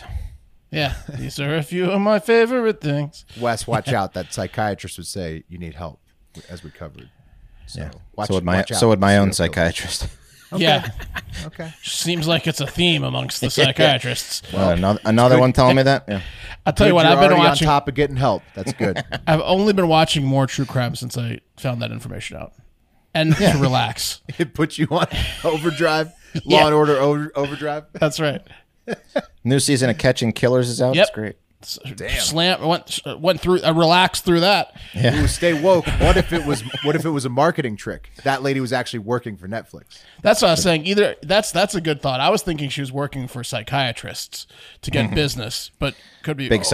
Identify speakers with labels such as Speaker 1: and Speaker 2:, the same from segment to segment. Speaker 1: yeah. These are a few of my favorite things.
Speaker 2: Wes, watch out. That psychiatrist would say you need help, as we covered. So watch,
Speaker 3: so would my
Speaker 2: watch out.
Speaker 3: so would my own
Speaker 2: Serial killer.
Speaker 3: psychiatrist.
Speaker 1: Yeah.
Speaker 2: Okay.
Speaker 1: Seems like it's a theme amongst the psychiatrists.
Speaker 3: Well, Uh, another another one telling me that. Yeah.
Speaker 1: I'll tell you what,
Speaker 2: You're
Speaker 1: I've been
Speaker 2: already
Speaker 1: watching.
Speaker 2: on top of getting help. That's good.
Speaker 1: I've only been watching more true crime since I found that information out. And to relax.
Speaker 2: it puts you on overdrive. Law
Speaker 1: Yeah.
Speaker 2: and Order over, overdrive.
Speaker 1: That's right.
Speaker 3: New season of Catching Killers is out.
Speaker 1: Yep.
Speaker 3: It's great.
Speaker 1: Damn. Slam went went through I relaxed through that.
Speaker 2: Ooh, stay woke. What if it was? What if it was a marketing trick? That lady was actually working for Netflix.
Speaker 1: That's what I was saying. Either that's that's a good thought. I was thinking she was working for psychiatrists to get business, but could be
Speaker 3: Mm-hmm.
Speaker 1: Oh,
Speaker 3: Big
Speaker 1: because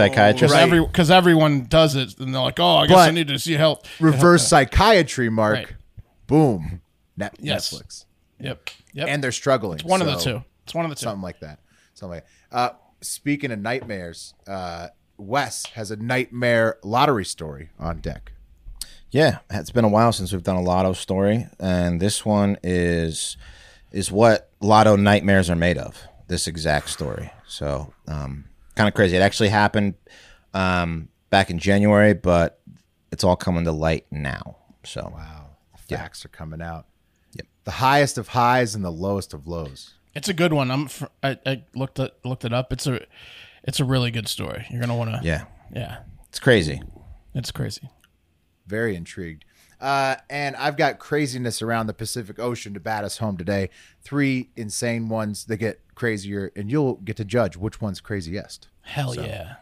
Speaker 3: psychiatrist.
Speaker 1: everyone does it, and they're like, "Oh, I guess I
Speaker 2: But-
Speaker 1: need to see help."
Speaker 2: Reverse psychiatry, Mark.
Speaker 1: Right.
Speaker 2: Boom. Net,
Speaker 1: Yes.
Speaker 2: Netflix,
Speaker 1: Yep, yep.
Speaker 2: and they're struggling.
Speaker 1: It's one of the
Speaker 2: so-
Speaker 1: two. It's one of the two.
Speaker 2: something like that. Something like that. Uh, speaking of nightmares, uh, Wes has a nightmare lottery story on deck.
Speaker 3: Yeah, it's been a while since we've done a Lotto story, and this one is is what Lotto nightmares are made of. This exact story. So, um, kind of crazy. It actually happened um, back in January, but it's all coming to light now. So,
Speaker 2: Wow, the facts are coming out.
Speaker 3: Yep.
Speaker 2: The highest of highs and the lowest of lows.
Speaker 1: It's a good one. I'm. Fr- I, I looked it looked it up. It's a, it's a really good story. You're gonna want to.
Speaker 3: yeah,
Speaker 1: yeah.
Speaker 3: it's crazy.
Speaker 1: It's crazy.
Speaker 2: Very intrigued. Uh, and I've got craziness around the Pacific Ocean to bat us home today. Three insane ones that get crazier, and you'll get to judge which one's craziest.
Speaker 1: Hell yeah.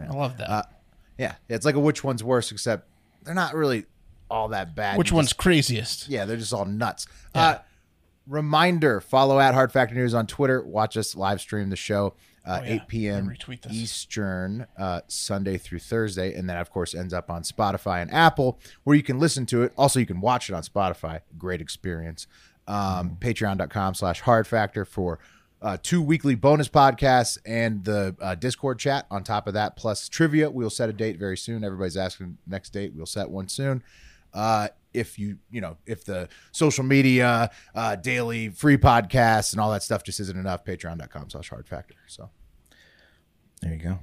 Speaker 1: I love
Speaker 3: Uh,
Speaker 1: that.
Speaker 2: Yeah, it's like a which one's worse, except they're not really all that bad.
Speaker 1: Which
Speaker 2: You
Speaker 1: one's craziest?
Speaker 2: Yeah, they're just all nuts. Uh, reminder: follow at Hard Factor News on Twitter. Watch us live stream the show uh,
Speaker 1: Oh, yeah.
Speaker 2: 8 p.m.
Speaker 1: Retweet this.
Speaker 2: Eastern uh, Sunday through Thursday, and that of course ends up on Spotify and Apple, where you can listen to it. Also, you can watch it on Spotify. Great experience.
Speaker 1: Mm.
Speaker 2: Um, Patreon.com/slash Hard Factor for. Uh, two weekly bonus podcasts and the uh, Discord chat on top of that, plus trivia. We'll set a date very soon. Everybody's asking next date. We'll set one soon uh, if you you know if the social media uh, daily free podcasts and all that stuff just isn't enough patreon.com slash hard factor so
Speaker 3: There you go.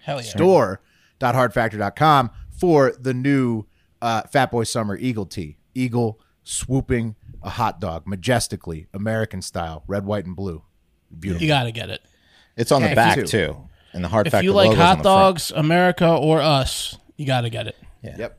Speaker 1: Hell yeah.
Speaker 2: store.hardfactor.com for the new uh, fat boy summer eagle tee eagle swooping a hot dog majestically american style red white and blue beautiful
Speaker 1: You gotta get it.
Speaker 3: It's on
Speaker 2: Yeah,
Speaker 3: the back
Speaker 2: too.
Speaker 3: too. and the hard
Speaker 1: If
Speaker 3: factor.
Speaker 1: you like
Speaker 3: logo's on
Speaker 1: hot
Speaker 3: the front.
Speaker 1: dogs, America or us, you gotta get it.
Speaker 2: yep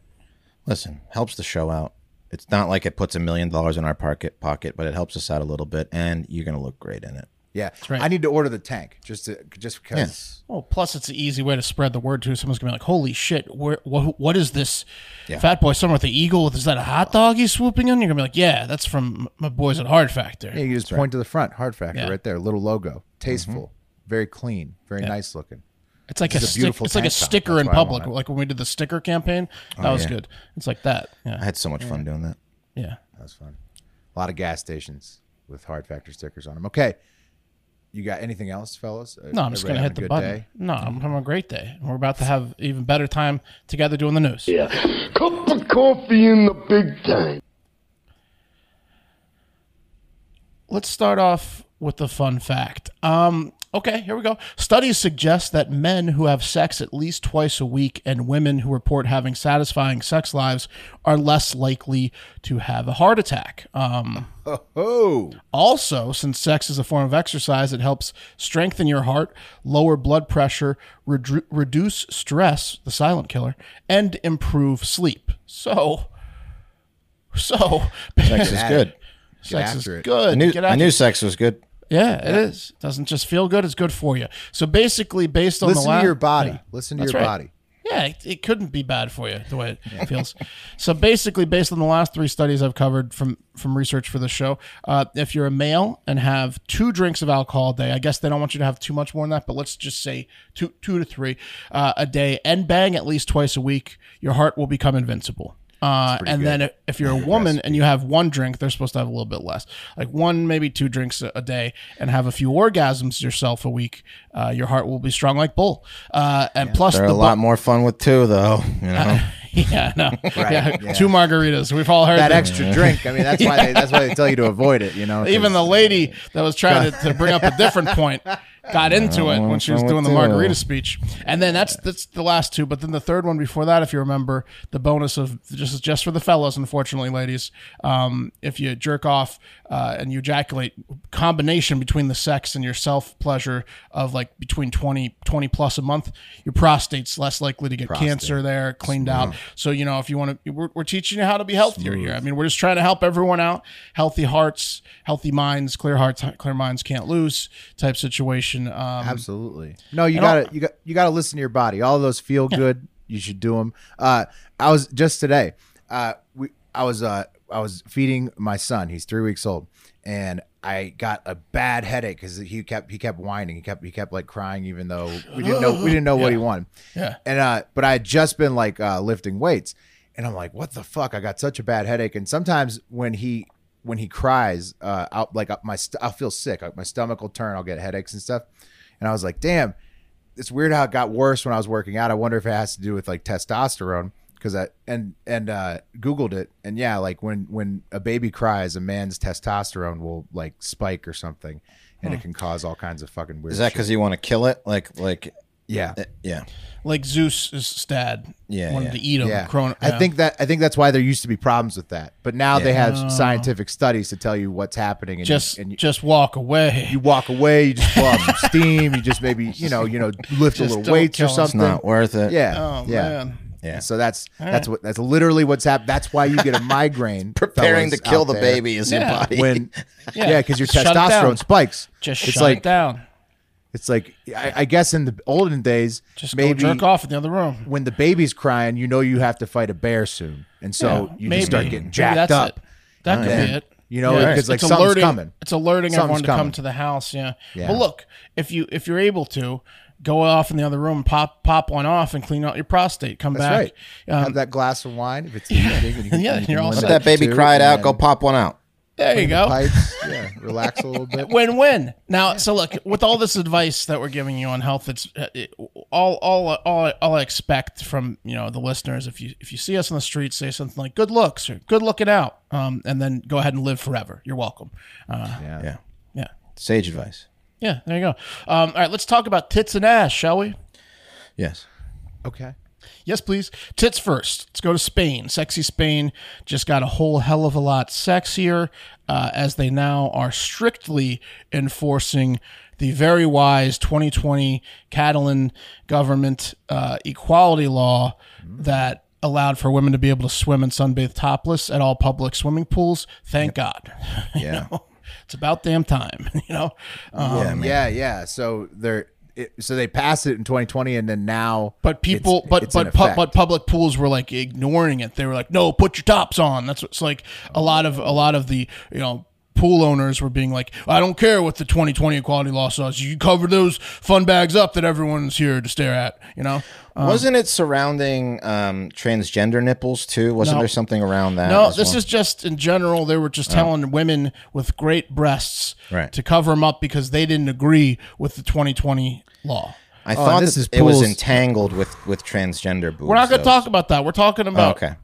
Speaker 3: Listen, helps the show out. It's not like it puts a million dollars in our pocket pocket, but it helps us out a little bit, and you're gonna look great in it.
Speaker 2: yeah
Speaker 1: right.
Speaker 2: i need to order the tank just to just because
Speaker 1: Well, plus it's an easy way to spread the word too. Someone's gonna be like, "Holy shit! Where, what, what is this? Fat boy somewhere with the eagle? Is that a hot dog he's swooping on?" You're gonna be like, "Yeah, that's from my boys at Hard Factor."
Speaker 2: Yeah, you just point to the front, hard factor,
Speaker 1: Yeah. Mm-hmm.
Speaker 2: right there, little logo, tasteful, very clean, very nice looking.
Speaker 1: It's like a,
Speaker 2: This is a
Speaker 1: stick,
Speaker 2: beautiful
Speaker 1: it's like a
Speaker 2: tank top.
Speaker 1: sticker
Speaker 2: That's
Speaker 1: in
Speaker 2: why I Oh, want
Speaker 1: public.
Speaker 2: it.
Speaker 1: Like when we did the sticker campaign, that was good. It's like that.
Speaker 3: I
Speaker 1: Yeah,
Speaker 3: had so much fun doing that.
Speaker 1: yeah.
Speaker 2: That's fun. A lot of gas stations with hard factor stickers on them. Okay, you got anything else, fellas? Uh,
Speaker 1: No, I'm just gonna hit the button. No, I'm having a great day. We're about to have even better time together doing the news.
Speaker 4: Yeah. Cup of coffee in the big time.
Speaker 1: Let's start off with the fun fact. Um, Okay, here we go. Studies suggest that men who have sex at least twice a week and women who report having satisfying sex lives are less likely to have a heart attack. Um,
Speaker 2: Oh,
Speaker 1: also, since sex is a form of exercise, it helps strengthen your heart, lower blood pressure, redru- reduce stress, the silent killer, and improve sleep. So, so
Speaker 3: Sex is good.
Speaker 1: sex is
Speaker 2: after it.
Speaker 3: I
Speaker 1: good.
Speaker 3: knew,
Speaker 1: Get
Speaker 3: I
Speaker 1: after
Speaker 3: knew sex was good.
Speaker 1: yeah, it is. Doesn't just feel good; it's good for you. So basically, based on
Speaker 2: listen
Speaker 1: the la-
Speaker 2: to your body. Listen to
Speaker 1: That's
Speaker 2: your
Speaker 1: right.
Speaker 2: body.
Speaker 1: yeah, it, it couldn't be bad for you the way it feels. So basically, based on the last three studies I've covered from from research for the show, uh, if you're a male and have two drinks of alcohol a day, I guess they don't want you to have too much more than that, but let's just say two two to three uh, a day, and bang at least twice a week, your heart will become invincible. Uh, and then if- if you're a woman and you have one drink, they're supposed to have a little bit less, like one maybe two drinks a a day, and have a few orgasms yourself a week. Uh, your heart will be strong like bull. Uh, and plus
Speaker 3: They're
Speaker 1: the
Speaker 3: a
Speaker 1: bu-
Speaker 3: lot more fun with two, though. You know,
Speaker 1: yeah, no. yeah. Two margaritas. We've all heard
Speaker 2: That
Speaker 1: that.
Speaker 2: extra drink. I mean, that's why they, that's why they tell you to avoid it. You know, 'cause-
Speaker 1: Even the lady that was trying to, to bring up a different point got into it when she was
Speaker 3: what
Speaker 1: doing the
Speaker 3: to do.
Speaker 1: margarita speech. And then that's that's the last two. But then the third one before that, if you remember, the bonus of just just for the fellas, unfortunately, ladies, um, if you jerk off uh, and you ejaculate, combination between the sex and your self pleasure of like between 20, 20 plus a month, your prostate's less likely to get cancer there, cleaned out. So, you know, if you want to, we're, we're teaching you how to be healthier here. I mean, we're just trying to help everyone out. Healthy hearts, healthy minds, clear hearts, clear minds can't lose type situation. Um,
Speaker 2: Absolutely. No, you
Speaker 1: And all-
Speaker 2: gotta you got you gotta listen to your body. All those feel good. You should do them. Uh, I was just today. Uh, we I was uh I was feeding my son. He's three weeks old, and I got a bad headache because he kept he kept whining. He kept he kept like crying, even though we didn't know we didn't know what he wanted.
Speaker 1: Yeah.
Speaker 2: And uh, but I had just been like uh, lifting weights, and I'm like, what the fuck? I got such a bad headache. And sometimes when he when he cries, uh, out like uh, my st- I'll feel sick. Like, my stomach will turn. I'll get headaches and stuff. And I was like, damn, it's weird how it got worse when I was working out. I wonder if it has to do with like testosterone because I and and uh, Googled it and yeah, like when when a baby cries, a man's testosterone will like spike or something, and
Speaker 1: Hmm.
Speaker 2: it can cause all kinds of fucking weird.
Speaker 3: is that
Speaker 2: shit.
Speaker 3: because you want to kill it? Like, like,
Speaker 2: yeah?
Speaker 3: eh, yeah.
Speaker 1: like Zeus is stad.
Speaker 3: Yeah,
Speaker 1: Wanted
Speaker 3: yeah.
Speaker 1: to eat him.
Speaker 2: Yeah.
Speaker 1: Chron-
Speaker 2: I think that I think that's why there used to be problems with that, but now they have scientific studies to tell you what's happening. And
Speaker 1: just
Speaker 2: you, and you,
Speaker 1: just walk away.
Speaker 2: you walk away, you just blow off some steam, you just maybe you know you know lift a
Speaker 1: Just
Speaker 2: little
Speaker 1: don't
Speaker 2: weights or
Speaker 1: kill us.
Speaker 3: It's
Speaker 2: something.
Speaker 3: not worth it.
Speaker 2: Yeah.
Speaker 1: Oh,
Speaker 2: yeah.
Speaker 1: man.
Speaker 3: Yeah.
Speaker 2: So that's that's what that's literally what's happened. That's why you get a migraine.
Speaker 3: Preparing to
Speaker 2: fellas,
Speaker 3: kill
Speaker 2: out
Speaker 3: the
Speaker 2: there,
Speaker 3: baby is
Speaker 1: Yeah.
Speaker 3: your body.
Speaker 2: when
Speaker 1: Yeah.
Speaker 2: yeah, because your
Speaker 1: Shut it down.
Speaker 2: testosterone spikes.
Speaker 1: just
Speaker 2: it's
Speaker 1: shut
Speaker 2: like
Speaker 1: it down.
Speaker 2: it's like I, I guess in the olden days,
Speaker 1: Just
Speaker 2: maybe
Speaker 1: go jerk off in the other room.
Speaker 2: when the baby's crying, you know you have to fight a bear soon, and so
Speaker 1: Yeah,
Speaker 2: you
Speaker 1: maybe.
Speaker 2: just start getting
Speaker 1: Maybe
Speaker 2: jacked
Speaker 1: that's
Speaker 2: up.
Speaker 1: it. That could be
Speaker 2: yeah.
Speaker 1: it.
Speaker 2: You know, because, like, something's
Speaker 1: alerting,
Speaker 2: coming.
Speaker 1: It's alerting
Speaker 2: Something's
Speaker 1: everyone to come
Speaker 2: coming.
Speaker 1: to the house. Yeah.
Speaker 2: Yeah.
Speaker 1: But look, if you if you're able to go off in the other room, pop pop one off, and clean out your prostate. Come
Speaker 2: That's
Speaker 1: back.
Speaker 2: right.
Speaker 1: Um,
Speaker 2: Have that glass of wine if it's yeah. big. And you,
Speaker 1: Yeah,
Speaker 2: and you can
Speaker 1: you're all
Speaker 2: limit
Speaker 3: Let
Speaker 1: set.
Speaker 2: it
Speaker 3: that baby
Speaker 2: to
Speaker 3: cry it
Speaker 2: and
Speaker 3: out.
Speaker 2: then
Speaker 3: Go pop one out.
Speaker 1: there you go.
Speaker 2: Pipes, yeah, relax a little bit.
Speaker 1: win win. Now, so look, with all this advice that we're giving you on health, it's uh, it, all all all all I expect from you know the listeners. If you if you see us on the street, say something like "good looks" or "good looking out," um, and then go ahead and live forever. You're welcome. Uh,
Speaker 2: Yeah.
Speaker 3: Yeah.
Speaker 1: yeah,
Speaker 3: Sage advice.
Speaker 1: yeah. There you go. Um, all right, let's talk about tits and ass, shall we?
Speaker 3: Yes.
Speaker 2: Okay.
Speaker 1: Yes, please. Tits first. Let's go to Spain. Sexy Spain just got a whole hell of a lot sexier uh, as they now are strictly enforcing the very wise 2020 Catalan government uh, equality law that allowed for women to be able to swim and sunbathe topless at all public swimming pools. Thank God. You
Speaker 3: Yeah.
Speaker 1: know? It's about damn time, you know. Um,
Speaker 2: yeah, yeah, So they're it, so they passed it in 2020, and then now,
Speaker 1: But people,
Speaker 2: it's-
Speaker 1: but
Speaker 2: it's in
Speaker 1: but pu-
Speaker 2: effect.
Speaker 1: but public pools were like ignoring it. They were like, "No, put your tops on." That's what's like a lot of a lot of the you know pool owners were being like, "I don't care what the 2020 equality law says. You cover those fun bags up that everyone's here to stare at." You know, Uh,
Speaker 3: Wasn't it surrounding um, transgender nipples too? Wasn't
Speaker 1: No.
Speaker 3: there something around that?
Speaker 1: no,
Speaker 3: as
Speaker 1: this
Speaker 3: well?
Speaker 1: is just in general. They were just telling women with great breasts
Speaker 3: Right.
Speaker 1: to cover them up because they didn't agree with the 2020 law.
Speaker 3: I thought
Speaker 2: this
Speaker 3: that
Speaker 2: is
Speaker 3: it was
Speaker 2: pools.
Speaker 3: entangled with with transgender boobs.
Speaker 1: We're not going to
Speaker 3: though.
Speaker 1: talk about that. We're talking
Speaker 3: Oh,
Speaker 1: about
Speaker 3: okay.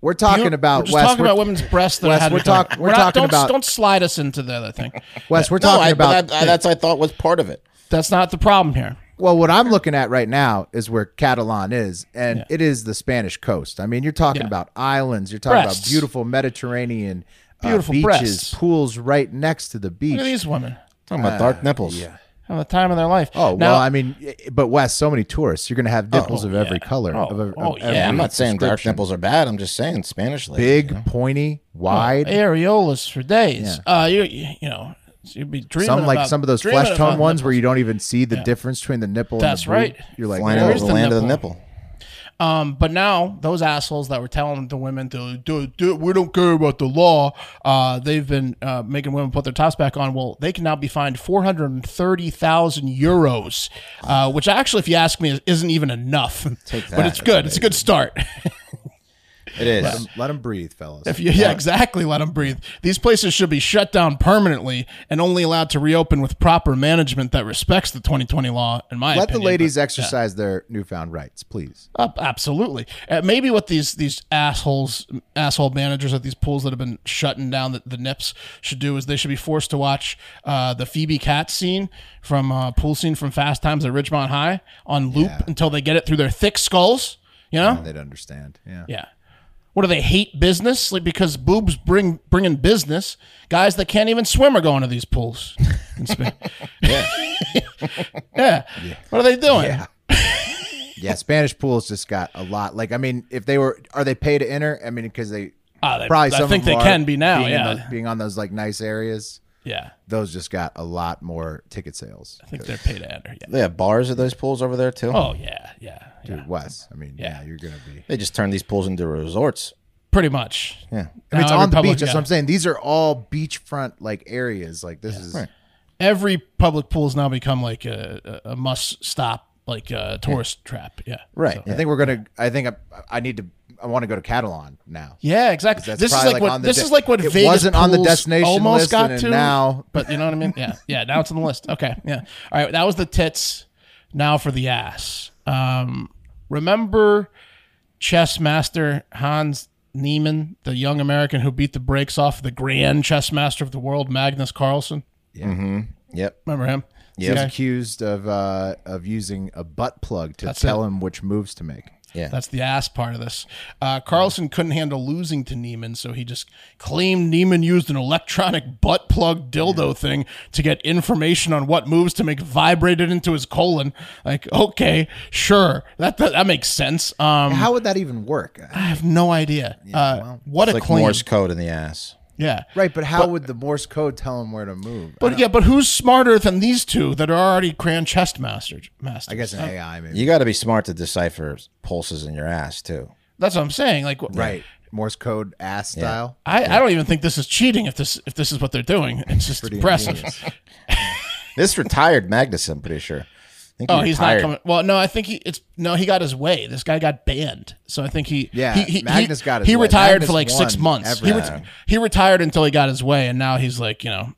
Speaker 2: we're talking about
Speaker 1: we're just
Speaker 2: Wes,
Speaker 1: talking
Speaker 2: we're-
Speaker 1: about women's breasts that
Speaker 2: Wes,
Speaker 1: had to
Speaker 2: we're
Speaker 1: be covered.
Speaker 2: talk-
Speaker 1: We're
Speaker 2: we're
Speaker 1: not-
Speaker 2: talking
Speaker 1: don't,
Speaker 2: about-
Speaker 1: don't slide us into the other thing.
Speaker 2: Wes. We're
Speaker 3: No,
Speaker 2: talking
Speaker 3: I,
Speaker 2: about
Speaker 3: but I, I, that's I thought was part of it.
Speaker 1: That's not the problem here.
Speaker 2: Well, what I'm looking at right now is where Catalan is, and it is the Spanish coast. I mean, you're talking
Speaker 1: Yeah.
Speaker 2: about islands, you're talking
Speaker 1: Breasts.
Speaker 2: about beautiful Mediterranean uh,
Speaker 1: Beautiful
Speaker 2: beaches,
Speaker 1: breasts.
Speaker 2: pools right next to the beach.
Speaker 1: Look at these women.
Speaker 3: Talking about dark nipples.
Speaker 2: yeah.
Speaker 1: Have the time of their life.
Speaker 2: Oh
Speaker 1: Now- Oh,
Speaker 2: well, I mean, i- but West, so many tourists. You're going to have nipples of every
Speaker 1: yeah.
Speaker 2: color.
Speaker 1: Oh,
Speaker 2: of, ev- of
Speaker 1: oh, yeah.
Speaker 2: every
Speaker 3: Yeah, I'm not saying dark
Speaker 2: description.
Speaker 3: nipples are bad. I'm just saying Spanish lady.
Speaker 2: Big, pointy, wide.
Speaker 1: areolas for days. Uh, you you know you'd be dreaming
Speaker 2: some like
Speaker 1: about-
Speaker 2: some of those
Speaker 1: dreaming
Speaker 2: flesh tone
Speaker 1: about
Speaker 2: ones
Speaker 1: nipples.
Speaker 2: where you don't even see the difference between the nipple.
Speaker 1: That's
Speaker 2: and the boob.
Speaker 1: right.
Speaker 2: You're like,
Speaker 3: flying
Speaker 2: "Whoa."
Speaker 3: over
Speaker 1: Where's
Speaker 3: the,
Speaker 1: the
Speaker 3: land of the
Speaker 1: nipple?
Speaker 3: nipple.
Speaker 1: Um, but now those assholes that were telling the women to do, do we don't care about the law. Uh, they've been uh, making women put their tops back on. Well, they can now be fined four hundred and thirty thousand euros, uh, which actually, if you ask me, isn't even enough.
Speaker 3: Take
Speaker 1: but
Speaker 3: that,
Speaker 1: it's good. It's a good start.
Speaker 3: It is.
Speaker 2: Let 'em- Let them breathe, fellas.
Speaker 1: If you, yeah, exactly. Let them breathe. These places should be shut down permanently and only allowed to reopen with proper management that respects the 2020 law. In my
Speaker 2: Let the
Speaker 1: opinion,
Speaker 2: ladies
Speaker 1: But-
Speaker 2: exercise their newfound rights, please.
Speaker 1: Uh, absolutely. Uh, maybe what these these assholes, asshole managers at these pools that have been shutting down the, the nips should do is they should be forced to watch uh, the Phoebe Cat scene from uh, pool scene from Fast Times at Ridgemont High on loop until they get it through their thick skulls. You know?
Speaker 2: They'd understand. Yeah.
Speaker 1: Yeah. What do they hate business? Like because boobs bring bring in business. Guys that can't even swim are going to these pools. In Spain. yeah. yeah. What are they doing?
Speaker 2: Yeah, Spanish pools just got a lot. Like, I mean, if they were, are they paid to enter? I mean, because they
Speaker 1: Ah, they-
Speaker 2: probably
Speaker 1: I
Speaker 2: some of
Speaker 1: think
Speaker 2: them are,
Speaker 1: they can be now,
Speaker 2: Being in
Speaker 1: yeah.
Speaker 2: those- being on those like nice areas,
Speaker 1: Yeah.
Speaker 2: those just got a lot more ticket sales.
Speaker 1: I think they're paid to enter. Yeah.
Speaker 3: They have bars at those pools over there too.
Speaker 1: Oh yeah, yeah, yeah.
Speaker 2: Dude, Wes, I mean, yeah,
Speaker 1: Yeah.
Speaker 2: you're gonna be.
Speaker 3: They just turn these pools into resorts.
Speaker 1: Pretty much.
Speaker 3: Yeah.
Speaker 2: I mean, it's
Speaker 1: Now,
Speaker 2: on the
Speaker 1: every
Speaker 2: beach. That's
Speaker 1: public-
Speaker 2: what I'm saying. These are all beachfront like areas. Like this is
Speaker 1: yeah. Every public pool has now become like a, a a must stop, like a tourist trap. Yeah.
Speaker 3: Right.
Speaker 2: I think we're gonna. I think I, I need to. I want to go to Catalan now.
Speaker 1: Yeah, exactly.
Speaker 2: That's
Speaker 1: This is
Speaker 2: probably,
Speaker 1: like,
Speaker 2: like,
Speaker 1: what
Speaker 2: on the
Speaker 1: this
Speaker 2: de-
Speaker 1: is like what
Speaker 2: it
Speaker 1: Vegas
Speaker 2: wasn't on the
Speaker 1: pools
Speaker 2: destination
Speaker 1: almost
Speaker 2: list
Speaker 1: got
Speaker 2: and
Speaker 1: to
Speaker 2: now-
Speaker 1: but you know what I mean? Yeah, yeah. Now it's on the list. Okay, yeah. All right, that was the tits. Now for the ass. Um, remember chess master Hans Niemann, the young American who beat the brakes off the grand chess master of the world, Magnus Carlsen.
Speaker 2: Mm-hmm.
Speaker 3: Yep.
Speaker 1: Remember him?
Speaker 3: Yeah.
Speaker 1: Yeah.
Speaker 2: Accused of uh, of using a butt plug to tell him which moves to make.
Speaker 1: That's the ass part of this. Uh, Carlson couldn't handle losing to Neiman, so he just claimed Neiman used an electronic butt plug dildo thing to get information on what moves to make vibrated into his colon. Like, okay, sure, that that, that makes sense. Um,
Speaker 2: How would that even work?
Speaker 1: I have no idea. uh, what a
Speaker 3: Like
Speaker 1: claim!
Speaker 3: Morse code in the ass.
Speaker 1: Yeah,
Speaker 2: Right, but how would the Morse code tell him where to move?
Speaker 1: But yeah, but who's smarter than these two that are already grand chest masters? Masters.
Speaker 2: I guess an AI maybe.
Speaker 3: You got to be smart to decipher pulses in your ass too.
Speaker 1: that's what I'm saying. Like, right.
Speaker 2: right. Morse code ass style.
Speaker 1: I, I don't even think this is cheating if this if this is what they're doing. It's just impressive.
Speaker 3: This retired Magnus, I'm pretty sure. I think he
Speaker 1: Oh, he's
Speaker 3: retired.
Speaker 1: not coming. Well, no, I think he. It's no, he got his way. This guy got banned, so I think he.
Speaker 2: Yeah,
Speaker 1: he, he,
Speaker 2: Magnus
Speaker 1: he,
Speaker 2: got his
Speaker 1: He
Speaker 2: way.
Speaker 1: retired
Speaker 2: Magnus
Speaker 1: for like six
Speaker 2: won
Speaker 1: months. He,
Speaker 2: everything.
Speaker 1: ret- he retired until he got his way, and now he's like you know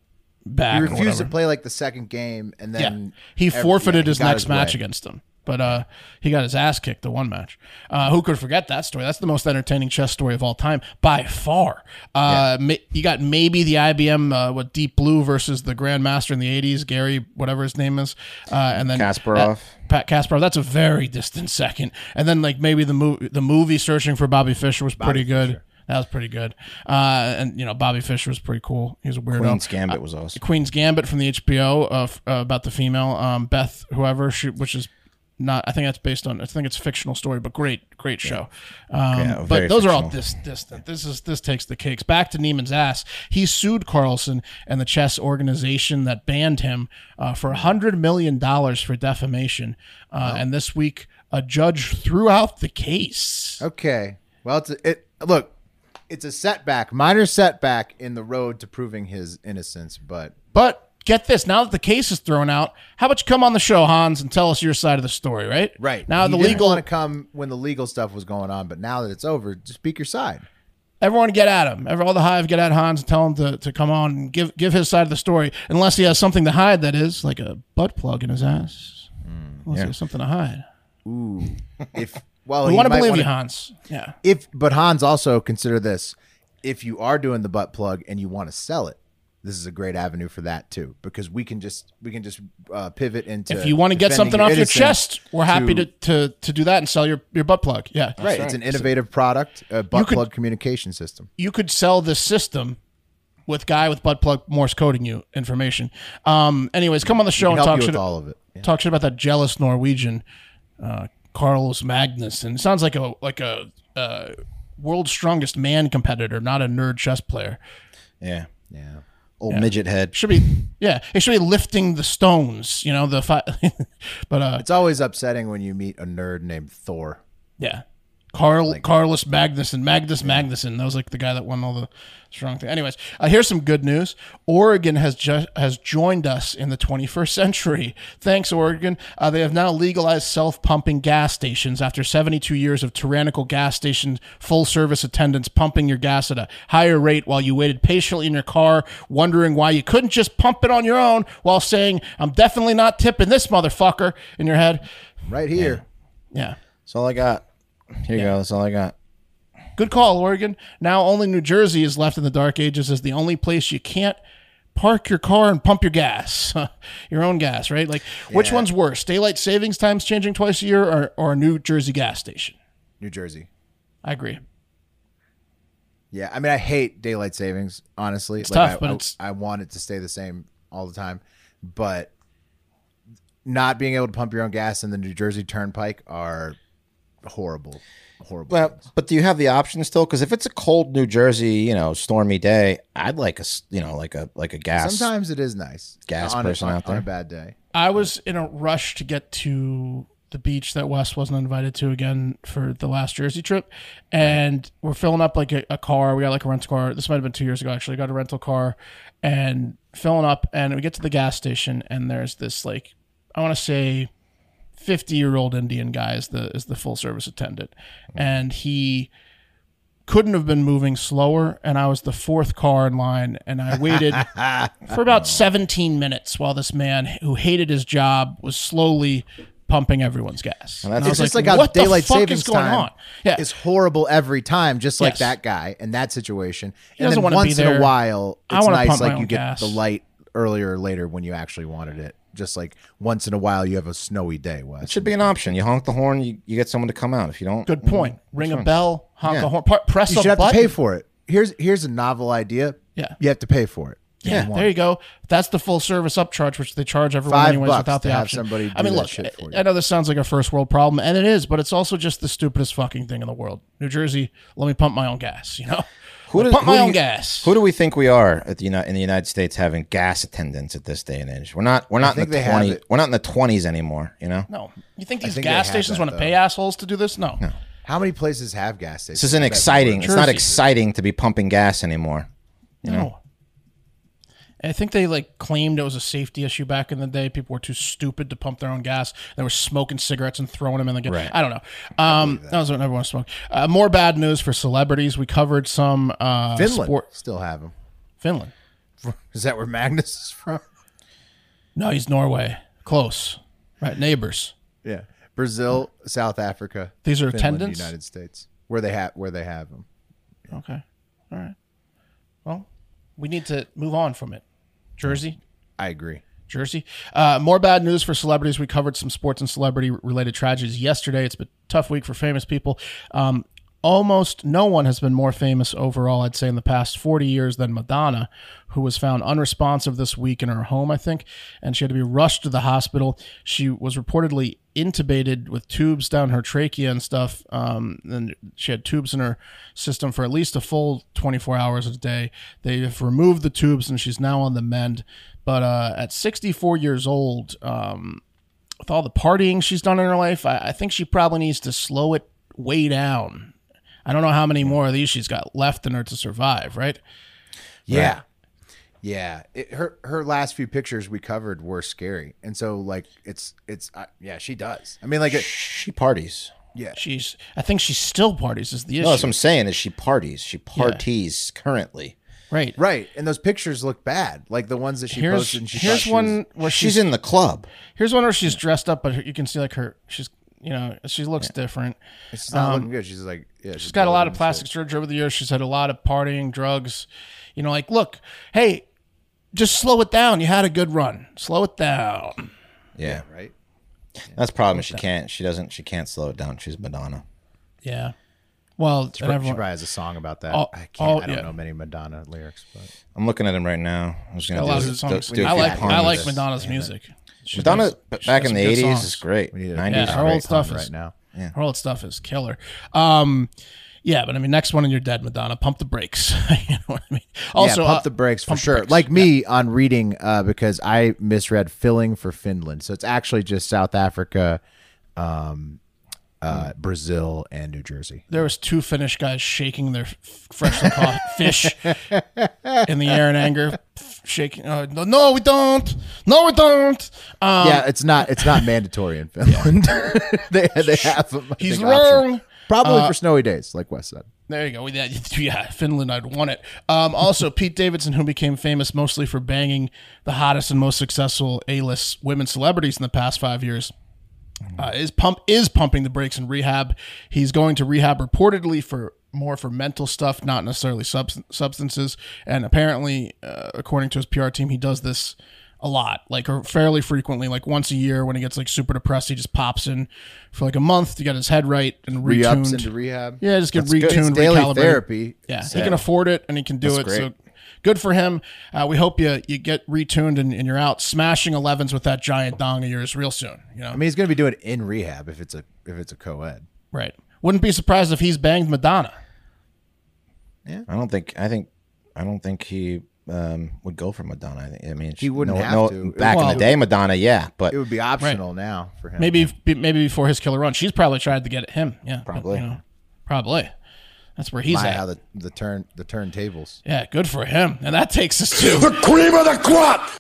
Speaker 1: back.
Speaker 2: He
Speaker 1: or
Speaker 2: refused to
Speaker 1: whatever.
Speaker 2: play like the second game, and
Speaker 1: Yeah,
Speaker 2: then
Speaker 1: he
Speaker 2: ev- yeah,
Speaker 1: forfeited
Speaker 2: he
Speaker 1: his
Speaker 2: got
Speaker 1: next match
Speaker 2: way.
Speaker 1: against him, but uh, he got his ass kicked the one match. Uh, who could forget that story? That's the most entertaining chess story of all time by far. Uh, ma- you got maybe the IBM uh, what Deep Blue versus the Grandmaster in the '80s, Gary whatever his name is, uh, and then
Speaker 3: Kasparov.
Speaker 1: Pat Kasparov. That's a very distant second. And then like maybe the movie, the movie searching for Bobby Fischer was pretty good. That was pretty good. Uh, and you know Bobby Fischer was pretty cool. He was a weirdo.
Speaker 3: Queen's Gambit was awesome.
Speaker 1: Queen's Gambit from the HBO uh, f- uh, about the female um, Beth, whoever she, which is not. I think that's based on. I think it's a fictional story, but great, great show. Um,
Speaker 3: Yeah,
Speaker 1: but
Speaker 3: very
Speaker 1: those are all
Speaker 3: fictional.
Speaker 1: dis- distant. This is this takes the cakes. Back to Neiman's ass. He sued Carlson and the chess organization that banned him uh, for hundred million dollars for defamation. Uh, And this week, a judge threw out the case.
Speaker 2: Okay. Well, it's a, it. Look, it's a setback, minor setback in the road to proving his innocence, but
Speaker 1: But get this: now that the case is thrown out, how about you come on the show, Hans, and tell us your side of the story, right? now
Speaker 2: he
Speaker 1: the
Speaker 2: didn't
Speaker 1: legal
Speaker 2: want to come when the legal stuff was going on, but now that it's over, just speak your side.
Speaker 1: Everyone get at him. Every, all the hive get at Hans and tell him to, to come on and give give his side of the story, unless he has something to hide. That is like a butt plug in his ass. Unless he has something to hide.
Speaker 2: If well,
Speaker 1: We
Speaker 2: he
Speaker 1: want to
Speaker 2: might
Speaker 1: believe
Speaker 2: wanna-
Speaker 1: you, Hans. Yeah.
Speaker 2: If but Hans also consider this: if you are doing the butt plug and you want to sell it, this is a great avenue for that too because we can just we can just uh, pivot into
Speaker 1: If you want to get
Speaker 2: defending
Speaker 1: something off your
Speaker 2: innocence
Speaker 1: chest, we're happy to, to, to do that and sell your, your butt plug. Yeah.
Speaker 2: Right, it's an innovative product, a butt
Speaker 1: could-
Speaker 2: plug communication system.
Speaker 1: you could sell this system with guy with butt plug Morse coding you information. Um, anyways, come on the show and
Speaker 2: Help
Speaker 1: talk
Speaker 2: you with
Speaker 1: shit,
Speaker 2: all of it.
Speaker 1: talk shit about that jealous Norwegian, uh, Carlos Magnus, and it sounds like a like a uh, world's strongest man competitor, not a nerd chess player.
Speaker 3: Yeah.
Speaker 2: Yeah.
Speaker 3: Old midget head.
Speaker 1: Should be yeah, it should be lifting the stones, you know the fi- but uh,
Speaker 2: It's always upsetting when you meet a nerd named Thor.
Speaker 1: Yeah. Carl Carlos Magnuson, Magnus Magnuson. That was like the guy that won all the strong thing. Anyways, uh, here's some good news. Oregon has ju- has joined us in the 21st century. Thanks, Oregon. Uh, they have now legalized self pumping gas stations after 72 years of tyrannical gas station full service attendants pumping your gas at a higher rate while you waited patiently in your car, wondering why you couldn't just pump it on your own while saying, "I'm definitely not tipping this motherfucker" in your head.
Speaker 2: Right here.
Speaker 1: Yeah.
Speaker 3: That's all I got. Here you go. That's all I got.
Speaker 1: Good call, Oregon. Now only New Jersey is left in the dark ages as the only place you can't park your car and pump your gas, your own gas, right? Like, which one's worse, daylight savings times changing twice a year, or, or a New Jersey gas station?
Speaker 2: New Jersey.
Speaker 1: I agree.
Speaker 2: Yeah, I mean, I hate daylight savings. Honestly, it's
Speaker 1: tough,
Speaker 2: I,
Speaker 1: but
Speaker 2: I-
Speaker 1: it's-
Speaker 2: I want it to stay the same all the time. But not being able to pump your own gas in the New Jersey Turnpike are horrible, horrible.
Speaker 3: Well, but do you have the option still? Because if it's a cold New Jersey, you know, stormy day, I'd like a, s- you know, like a like a gas.
Speaker 2: Sometimes it is nice.
Speaker 3: Gas
Speaker 2: on, a-
Speaker 3: person
Speaker 2: on-
Speaker 3: out
Speaker 2: on a
Speaker 3: there.
Speaker 2: bad day.
Speaker 1: I was in a rush to get to the beach that Wes wasn't invited to again for the last Jersey trip, and we're filling up like a, a car. We got like a rental car. This might have been two years ago actually. Got a rental car and filling up, and we get to the gas station, and there's this like I want to say 50 year old Indian guy is the is the full service attendant, and he couldn't have been moving slower and I was the fourth car in line and I waited for about 17 minutes while this man who hated his job was slowly pumping everyone's gas. And
Speaker 3: that's-
Speaker 1: I
Speaker 2: It's
Speaker 1: was
Speaker 2: just like, how
Speaker 1: what
Speaker 2: daylight
Speaker 1: the fuck
Speaker 2: savings
Speaker 1: is going
Speaker 2: time
Speaker 1: on? Yeah.
Speaker 2: is horrible every time, just like
Speaker 1: Yes.
Speaker 2: that guy in that situation. and
Speaker 1: doesn't
Speaker 2: then
Speaker 1: wanna be
Speaker 2: once in a
Speaker 1: there.
Speaker 2: while,
Speaker 1: I
Speaker 2: it's
Speaker 1: wanna
Speaker 2: nice
Speaker 1: pump my
Speaker 2: like
Speaker 1: own
Speaker 2: you get
Speaker 1: gas.
Speaker 2: the light earlier or later when you actually wanted it. Just like once in a while, you have a snowy day, Wes.
Speaker 3: should be an option. You honk the horn, you, you get someone to come out. If you don't,
Speaker 1: Good
Speaker 2: Mm,
Speaker 1: point. Ring a bell, honk a horn, par- press
Speaker 2: You
Speaker 1: a
Speaker 2: should have
Speaker 1: button.
Speaker 2: to pay for it. Here's here's a novel idea.
Speaker 1: Yeah.
Speaker 2: you have to pay for it.
Speaker 1: Yeah, there you go. That's the full service upcharge, which they charge everyone
Speaker 2: Five
Speaker 1: anyways
Speaker 2: bucks
Speaker 1: without the
Speaker 2: to have
Speaker 1: option.
Speaker 2: somebody
Speaker 1: I
Speaker 2: do
Speaker 1: mean,
Speaker 2: that
Speaker 1: look,
Speaker 2: shit for you.
Speaker 1: I know this sounds like a first world problem, and it is, but it's also just the stupidest fucking thing in the world. New Jersey, let me pump my own gas. You know,
Speaker 3: Who does-
Speaker 1: pump
Speaker 3: who
Speaker 1: my
Speaker 3: do
Speaker 1: own
Speaker 3: you-
Speaker 1: gas.
Speaker 3: Who do we think we are at the Uni- in the United States having gas attendants at this day and age? We're not. We're not in
Speaker 2: think
Speaker 3: the
Speaker 2: they have
Speaker 3: twenty.
Speaker 2: it.
Speaker 3: We're not in the twenties anymore. You know,
Speaker 1: no, you think these
Speaker 2: think they
Speaker 1: gas
Speaker 2: have
Speaker 1: stations
Speaker 2: that,
Speaker 1: want to
Speaker 2: though.
Speaker 1: pay assholes to do this? No,
Speaker 2: How many places have gas stations?
Speaker 3: this isn't exciting. It's not
Speaker 1: Jersey.
Speaker 3: exciting to be pumping gas anymore.
Speaker 1: no. I think they like claimed it was a safety issue back in the day. People were too stupid to pump their own gas. They were smoking cigarettes and throwing them in the gas. I don't know. Um, that was what everyone smoked. Uh, more bad news for celebrities. We covered some uh,
Speaker 2: Finland
Speaker 1: sport-
Speaker 2: still have them.
Speaker 1: Finland.
Speaker 2: Is that where Magnus is from?
Speaker 1: No, he's Norway. Close. Right. Neighbors.
Speaker 2: Yeah, Brazil, South Africa.
Speaker 1: These are
Speaker 2: Finland,
Speaker 1: attendants?
Speaker 2: United States, where they have where they have them.
Speaker 1: Okay. All right. Well, we need to move on from it. Jersey.
Speaker 2: I agree.
Speaker 1: Jersey. Uh, more bad news for celebrities. We covered some sports and celebrity related tragedies yesterday. It's been a tough week for famous people. Um, almost no one has been more famous overall, I'd say, in the past 40 years than Madonna, who was found unresponsive this week in her home, I think, and she had to be rushed to the hospital. She was reportedly intubated with tubes down her trachea and stuff. Um, and she had tubes in her system for at least a full 24 hours a day. They have removed the tubes and she's now on the mend. But uh, at 64 years old, um, with all the partying she's done in her life, I, I think she probably needs to slow it way down. I don't know how many more of these she's got left in her to survive, right?
Speaker 2: Yeah. Yeah, it, her her last few pictures we covered were scary, and so like it's it's I yeah she does. I mean like it,
Speaker 3: She parties.
Speaker 1: She's, I think she still parties is the issue,
Speaker 3: No, that's what I'm saying. Is she parties? She parties currently.
Speaker 1: right?
Speaker 2: right, and those pictures look bad, like the ones that she
Speaker 1: Here's
Speaker 2: posted. And she thought
Speaker 1: here's
Speaker 2: she
Speaker 1: one
Speaker 2: was-
Speaker 1: where
Speaker 3: she's in the club.
Speaker 1: Here's one where she's dressed up, but her- you can see like her. She's you know she looks different.
Speaker 2: she's not looking good. She's like yeah,
Speaker 1: Um, She's got a lot of plastic surgery over the years. She's had a lot of partying, drugs. You know, like look, hey, just slow it down. You had a good run. Slow it down.
Speaker 3: Yeah,
Speaker 2: right?
Speaker 3: that's the problem. She can't. She doesn't. She can't slow it down. She's Madonna.
Speaker 1: Yeah. Well, and
Speaker 2: she
Speaker 1: everyone,
Speaker 2: probably has a song about that.
Speaker 1: Oh,
Speaker 2: I can't.
Speaker 1: oh,
Speaker 2: I don't
Speaker 1: yeah.
Speaker 2: know many Madonna lyrics, but
Speaker 3: I'm looking at him right now. I'm just gonna
Speaker 1: a
Speaker 3: do
Speaker 1: lot of
Speaker 3: this-
Speaker 1: good songs.
Speaker 3: do- do a
Speaker 1: I
Speaker 3: few
Speaker 1: like I
Speaker 3: puns.
Speaker 1: like Madonna's music. She
Speaker 3: Madonna
Speaker 1: does-
Speaker 3: b-
Speaker 1: she
Speaker 3: back
Speaker 1: has
Speaker 3: in the
Speaker 1: some good
Speaker 3: '80s
Speaker 1: songs.
Speaker 3: is great.
Speaker 2: need a-
Speaker 3: '90s,
Speaker 1: Yeah,
Speaker 3: is
Speaker 1: her
Speaker 3: great.
Speaker 1: old stuff
Speaker 2: right
Speaker 1: is
Speaker 2: now,
Speaker 1: her old stuff is killer. Um, yeah, but I mean, next one on your dead Madonna, pump the brakes. you know what I mean? Also,
Speaker 2: yeah, pump
Speaker 1: uh,
Speaker 2: the brakes for
Speaker 1: pump the
Speaker 2: sure.
Speaker 1: brakes.
Speaker 2: Like me on reading uh, because I misread filling for Finland, so it's actually just South Africa, um, uh, Brazil, and New Jersey.
Speaker 1: there was two Finnish guys shaking their f- freshly caught fish in the air in anger, f- shaking. Uh, no, no, we don't. No, we don't. Um,
Speaker 2: yeah, it's not it's not mandatory in Finland. they they have them, I
Speaker 1: He's
Speaker 2: think, optional.
Speaker 1: wrong. Uh,
Speaker 2: Probably for snowy days, like Wes said.
Speaker 1: There you go. With that, yeah, Finland, I'd want it. Um, also, Pete Davidson, who became famous mostly for banging the hottest and most successful A-list women celebrities in the past five years, uh, is pump is pumping the brakes in rehab. He's going to rehab reportedly for more for mental stuff, not necessarily subs- substances. And apparently, uh, according to his PR team, he does this a lot, like or fairly frequently, like once a year when he gets like super depressed, he just pops in for like a month to get his head right and
Speaker 2: Re-ups
Speaker 1: retuned.
Speaker 2: into rehab.
Speaker 1: Yeah, just get
Speaker 2: That's good.
Speaker 1: retuned,
Speaker 2: It's daily
Speaker 1: recalibrated.
Speaker 2: therapy.
Speaker 1: Yeah,
Speaker 2: So-
Speaker 1: he can afford it and he can do it. So good for him. Uh, we hope you you get retuned and, and you're out smashing 11s with that giant dong of yours real soon. You know,
Speaker 2: I mean, he's going to be doing it in rehab if it's a if it's a co-ed.
Speaker 1: right? Wouldn't be surprised if he's banged Madonna.
Speaker 3: I don't think. I think. I don't think he um, would go for Madonna. I, think, I mean,
Speaker 2: He wouldn't have to.
Speaker 3: Back in
Speaker 1: Well-
Speaker 3: the day, Madonna, yeah, but
Speaker 2: It would be optional now for him.
Speaker 1: Maybe be- maybe before his killer run, she's probably tried to get at him. Yeah, but,
Speaker 3: Probably.
Speaker 1: you know, probably. That's where he's
Speaker 2: My,
Speaker 1: at.
Speaker 2: how the the turn the turntables.
Speaker 1: yeah, good for him. And that takes us to
Speaker 4: The cream of the crop!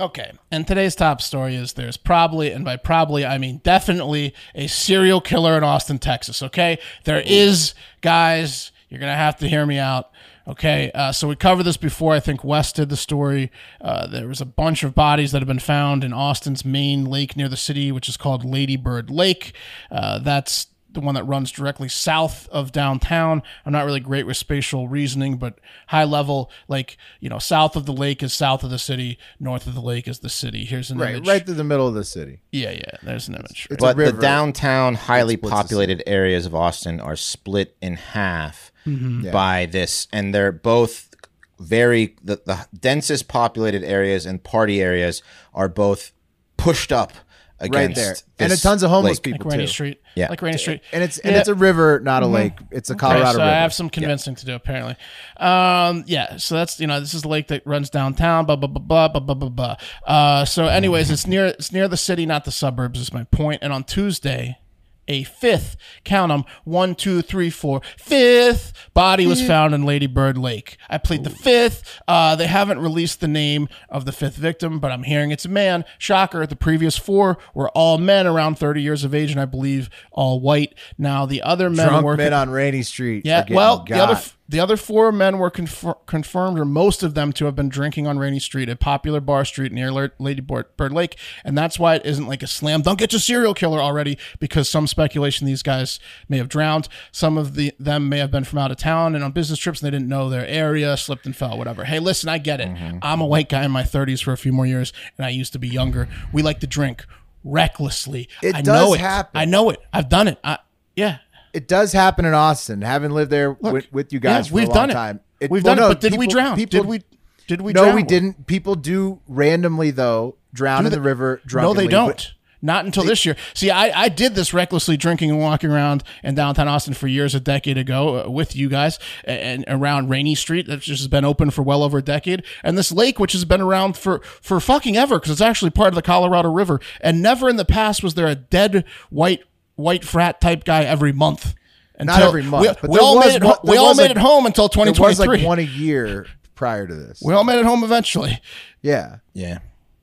Speaker 1: Okay. And today's top story is there's probably, and by probably, I mean definitely, a serial killer in Austin, Texas. Okay. There is, guys, you're going to have to hear me out. Okay. Uh, so we covered this before. I think Wes did the story. Uh, there was a bunch of bodies that have been found in Austin's main lake near the city, which is called Ladybird Lake. Uh, that's the one that runs directly south of downtown. I'm not really great with spatial reasoning, but high level, like, you know, south of the lake is south of the city, north of the lake is the city. Here's an
Speaker 2: Right,
Speaker 1: image.
Speaker 2: right through the middle of the city.
Speaker 1: Yeah, yeah, there's an image.
Speaker 2: It's
Speaker 3: but
Speaker 2: a river.
Speaker 3: the downtown, highly
Speaker 2: splits the city.
Speaker 3: populated areas of Austin are split in half
Speaker 2: Mm-hmm.
Speaker 3: by this, and they're both very the, the densest populated areas and party areas are both pushed up
Speaker 2: right
Speaker 3: against
Speaker 2: there, and
Speaker 3: this
Speaker 2: tons of homeless
Speaker 3: lake.
Speaker 2: people
Speaker 1: like Rainy
Speaker 2: too.
Speaker 1: Street.
Speaker 3: Yeah.
Speaker 1: Like Rainy Street.
Speaker 2: And it's and
Speaker 1: Yeah.
Speaker 2: it's a river, not a lake. It's a Colorado
Speaker 1: Okay, so
Speaker 2: River.
Speaker 1: I have some convincing to do apparently. Um, yeah, so that's you know this is the lake that runs downtown. Blah blah blah blah blah blah blah. blah. Uh, so anyways, it's near it's near the city, not the suburbs. Is my point. And on Tuesday. A fifth, count them, one, two, three, four, fifth body was found in Lady Bird Lake. I plead the fifth. Uh, they haven't released the name of the fifth victim, but I'm hearing it's a man. Shocker, the previous four were all men around 30 years of age, and I believe all white. Now, the other men
Speaker 2: Drunk
Speaker 1: working.
Speaker 2: men on Rainy Street. are
Speaker 1: Yeah,
Speaker 2: getting
Speaker 1: well, the other
Speaker 2: got.
Speaker 1: f- the other four men were confir- confirmed, or most of them, to have been drinking on Rainy Street, a popular bar street near La- Lady Bird Bird Lake, and that's why it isn't like a slam dunk. It's a serial killer already, because some speculation these guys may have drowned. Some of the them may have been from out of town and on business trips, and they didn't know their area, slipped and fell, whatever. Hey, listen, I get it.
Speaker 2: Mm-hmm.
Speaker 1: I'm a white guy in my 30s for a few more years, and I used to be younger. We like to drink recklessly.
Speaker 2: It
Speaker 1: I
Speaker 2: does
Speaker 1: know it.
Speaker 2: happen.
Speaker 1: I know it. I've done it. I, yeah.
Speaker 2: it does happen in Austin. Having lived there with, with you guys
Speaker 1: yeah,
Speaker 2: for
Speaker 1: we've
Speaker 2: a long
Speaker 1: done it.
Speaker 2: time,
Speaker 1: We've
Speaker 2: well,
Speaker 1: done it,
Speaker 2: no,
Speaker 1: but did we
Speaker 2: people-
Speaker 1: drown?
Speaker 2: people-
Speaker 1: did we? Did we?
Speaker 2: no,
Speaker 1: drown?
Speaker 2: we didn't. People do randomly though drown
Speaker 1: Do
Speaker 2: in the
Speaker 1: they-
Speaker 2: river.
Speaker 1: No,
Speaker 2: Drunkenly,
Speaker 1: they
Speaker 2: but-
Speaker 1: don't. Not until this year. See, I, I did this recklessly drinking and walking around in downtown Austin for years, a decade ago, uh, with you guys, a- and around Rainy Street, that's just been open for well over a decade, and this lake, which has been around for for fucking ever, because it's actually part of the Colorado River, and never in the past was there a dead white white frat type guy every month.
Speaker 2: Not
Speaker 1: Until-
Speaker 2: every month,
Speaker 1: We,
Speaker 2: but
Speaker 1: we
Speaker 2: there
Speaker 1: all
Speaker 2: was
Speaker 1: made it.
Speaker 2: one-
Speaker 1: ho- we
Speaker 2: there
Speaker 1: all
Speaker 2: was,
Speaker 1: made
Speaker 2: like-
Speaker 1: it home until twenty
Speaker 2: There
Speaker 1: twenty
Speaker 2: was like
Speaker 1: three.
Speaker 2: one a year prior to this.
Speaker 1: We all made it home eventually.
Speaker 2: yeah,
Speaker 3: Yeah,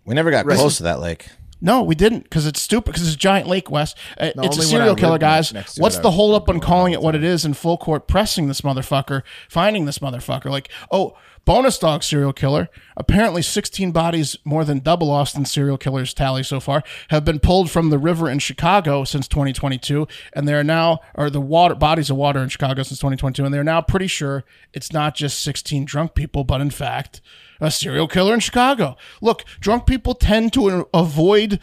Speaker 3: we never got close to that lake.
Speaker 1: No, we didn't because it's stupid because it's a giant lake, Wes. Uh, it's a
Speaker 2: only when I
Speaker 1: serial
Speaker 2: lived
Speaker 1: killer,
Speaker 2: next-
Speaker 1: guys.
Speaker 2: next to
Speaker 1: What's
Speaker 2: it, I
Speaker 1: the
Speaker 2: was
Speaker 1: hold up on calling it what it is in full court pressing this motherfucker, finding this motherfucker? Like, oh, Bonus dog serial killer. Apparently, 16 bodies, more than double Austin's serial killer's tally so far, have been pulled from the river in Chicago since 2022, and there are now or the water bodies of water in Chicago since 2022, and they're now pretty sure it's not just 16 drunk people, but in fact, a serial killer in Chicago. Look, drunk people tend to uh, avoid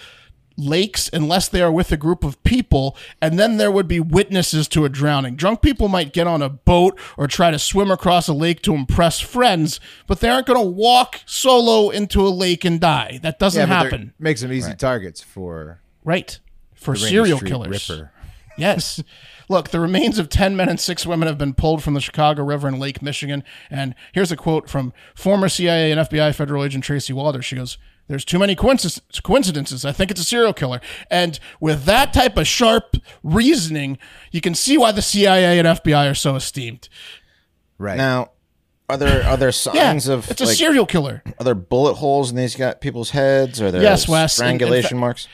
Speaker 1: lakes unless they are with a group of people, and then there would be witnesses to a drowning. Drunk people might get on a boat or try to swim across a lake to impress friends, but they aren't going to walk solo into a lake and die. That doesn't
Speaker 2: Yeah, but they're-
Speaker 1: happen.
Speaker 2: Makes them easy targets for
Speaker 1: Right. For
Speaker 2: Rainy
Speaker 1: serial
Speaker 2: Street
Speaker 1: killers.
Speaker 2: Ripper.
Speaker 1: Yes. Look, the remains of 10 men and 6 women have been pulled from the Chicago River in Lake Michigan. And here's a quote from former CIA and FBI federal agent Tracy Walder. She goes, There's too many coincis- coincidences. I think it's a serial killer. And with that type of sharp reasoning, you can see why the CIA and FBI are so esteemed.
Speaker 2: Right.
Speaker 3: Now, are there are there
Speaker 1: Yeah.
Speaker 3: signs of
Speaker 1: it's a
Speaker 3: like,
Speaker 1: serial killer.
Speaker 3: are there bullet holes in these got people's heads? Are there
Speaker 1: Yes, Wes, in- in
Speaker 3: strangulation
Speaker 1: fact-
Speaker 3: marks?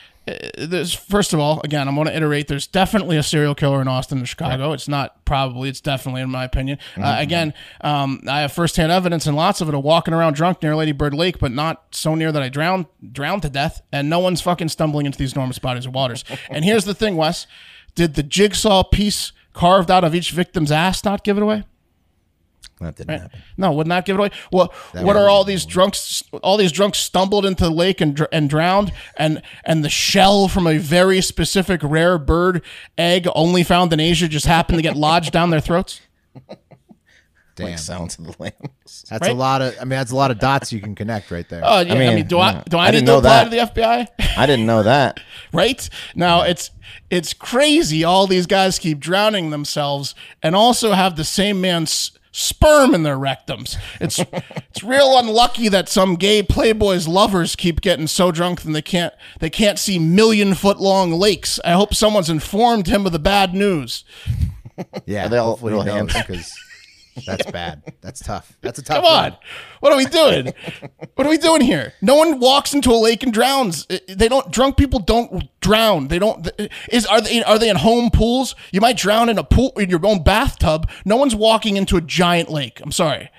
Speaker 1: there's first of all, again, I'm going to iterate. There's definitely a serial killer in Austin and Chicago. It's not probably. It's definitely, in my opinion. Uh, again, um, I have firsthand evidence and lots of it of walking around drunk near Lady Bird Lake, but not so near that I drowned drowned to death. And no one's fucking stumbling into these enormous bodies of waters. and here's the thing, Wes: did the jigsaw piece carved out of each victim's ass not give it away?
Speaker 3: That didn't happen.
Speaker 1: No, would not give it away. Well, what are all these drunks? All these drunks stumbled into the lake and dr- and drowned, and and the shell from a very specific rare bird egg only found in Asia just happened to get lodged down their throats.
Speaker 2: Damn.
Speaker 3: Like Silence of the Lambs.
Speaker 2: that's a
Speaker 1: right?
Speaker 2: lot of. I mean, that's a lot of dots you can connect right there.
Speaker 1: Uh, yeah, I, mean,
Speaker 3: mean,
Speaker 1: do I
Speaker 3: yeah.
Speaker 1: do I,
Speaker 3: I
Speaker 1: need
Speaker 3: didn't
Speaker 1: to
Speaker 3: know
Speaker 1: apply
Speaker 3: that.
Speaker 1: to the FBI?
Speaker 3: I didn't know that.
Speaker 1: right now, it's it's crazy. All these guys keep drowning themselves, and also have the same man's sperm in their rectums. It's it's real unlucky that some gay playboys lovers keep getting so drunk that they can't they can't see million foot long lakes. I hope someone's informed him of the bad news.
Speaker 2: yeah.
Speaker 3: they'll-
Speaker 2: hopefully
Speaker 3: they'll
Speaker 2: he knows
Speaker 3: handle-
Speaker 2: because that's bad. That's tough. That's a tough.
Speaker 1: Come on.
Speaker 2: one.
Speaker 1: What are we doing? What are we doing here? No one walks into a lake and drowns. I- They don't drunk people don't drown. They don't is are they are they in home pools? You might drown in a pool in your own bathtub. No one's walking into a giant lake. I'm sorry.